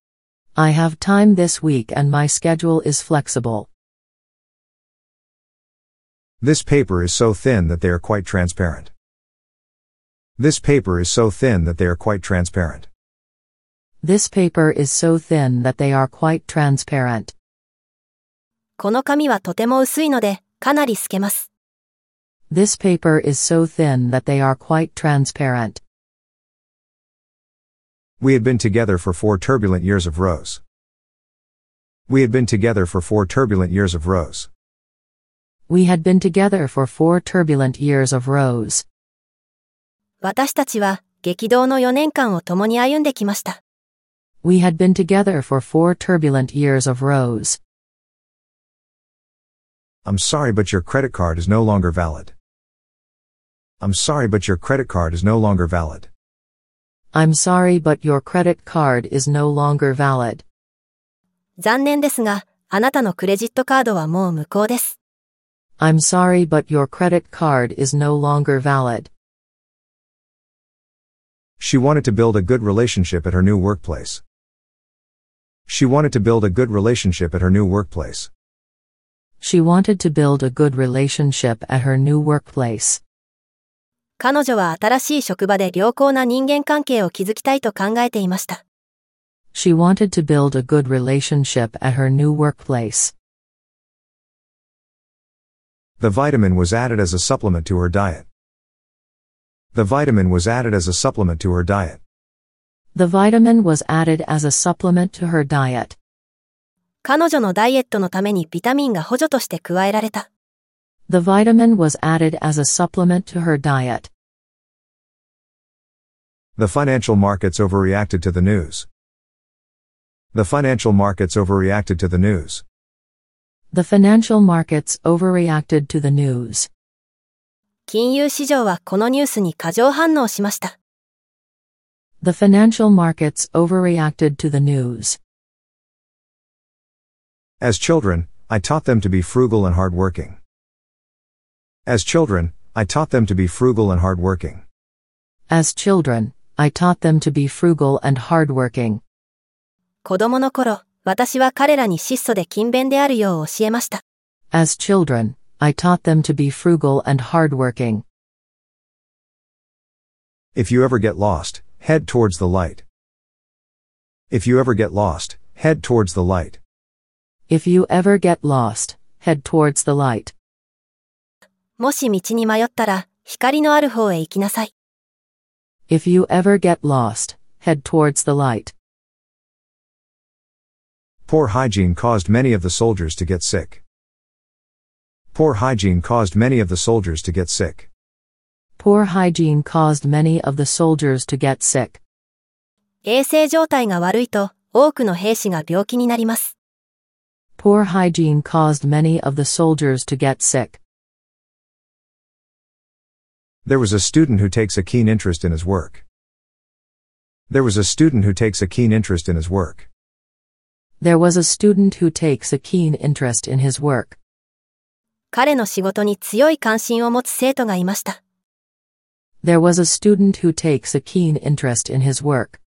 I have time this week and my schedule is flexible.
This paper is so thin that they are quite transparent. This paper is so thin that they are quite transparent.
This paper is so thin that they are quite transparent.
この紙はとても薄いので、かなり透けます。
This paper is so thin that they are quite transparent.
We had been together for four turbulent years of rose. We had been together for four turbulent years of rose.
We had been together for four turbulent years of rose.
私たちは、激動の4年間を共に歩んできました。
We had been together for four turbulent years of rose.
I'm sorry but your credit card is no longer valid. I'm sorry but your credit card is no longer valid.
I'm sorry but your credit card is no longer valid.
残念ですが、あなたのクレジットカードはもう無効です。
I'm sorry but your credit card is no longer valid.
She wanted to build a good relationship at her new workplace. She wanted to build a good relationship at her new workplace.
She wanted to build a good relationship at her new workplace.
彼女は新しい職場で良好な人間関係を築きたいと考えていました。
She wanted to build a good relationship at her new workplace.
The vitamin was added as a supplement to her diet. The vitamin was added as a supplement to her diet.
The vitamin was added as a supplement to her diet.
彼女のダイエットのためにビタミンが補助として加えられた。
The vitamin was added as a supplement to her diet.
The financial markets overreacted to the news. The financial markets overreacted to the news.
The financial markets overreacted to the news.
金融市場はこのニュースに過剰反応しました。
The financial markets overreacted to the news.
As children, I taught them to be frugal and hardworking. As children, I taught them to be frugal and hardworking.
As children, I taught them to be frugal and hardworking.
子供の頃、私は彼らに質素で勤勉であるよう教えました。
As children, I taught them to be frugal and hardworking.
If you ever get lost, head towards the light. If you ever get lost, head towards the light.
If you ever get lost, head towards the light.
もし道に迷ったら、光のある方へ行きなさい。
If you ever get lost, head towards the light.
Poor hygiene caused many of the soldiers to get sick. Poor hygiene caused many of the soldiers to get sick.
Poor hygiene caused many of the soldiers to get sick.
衛生状態が悪いと、多くの兵士が病気になります。
Poor hygiene caused many of the soldiers to get sick.
There was a student who takes a keen interest in his work. There was a student who takes a keen interest in his work.
There was a student who takes a keen interest in his work.
彼の仕事に強い関心を持つ生徒がいました。
There was a student who takes a keen interest in his work.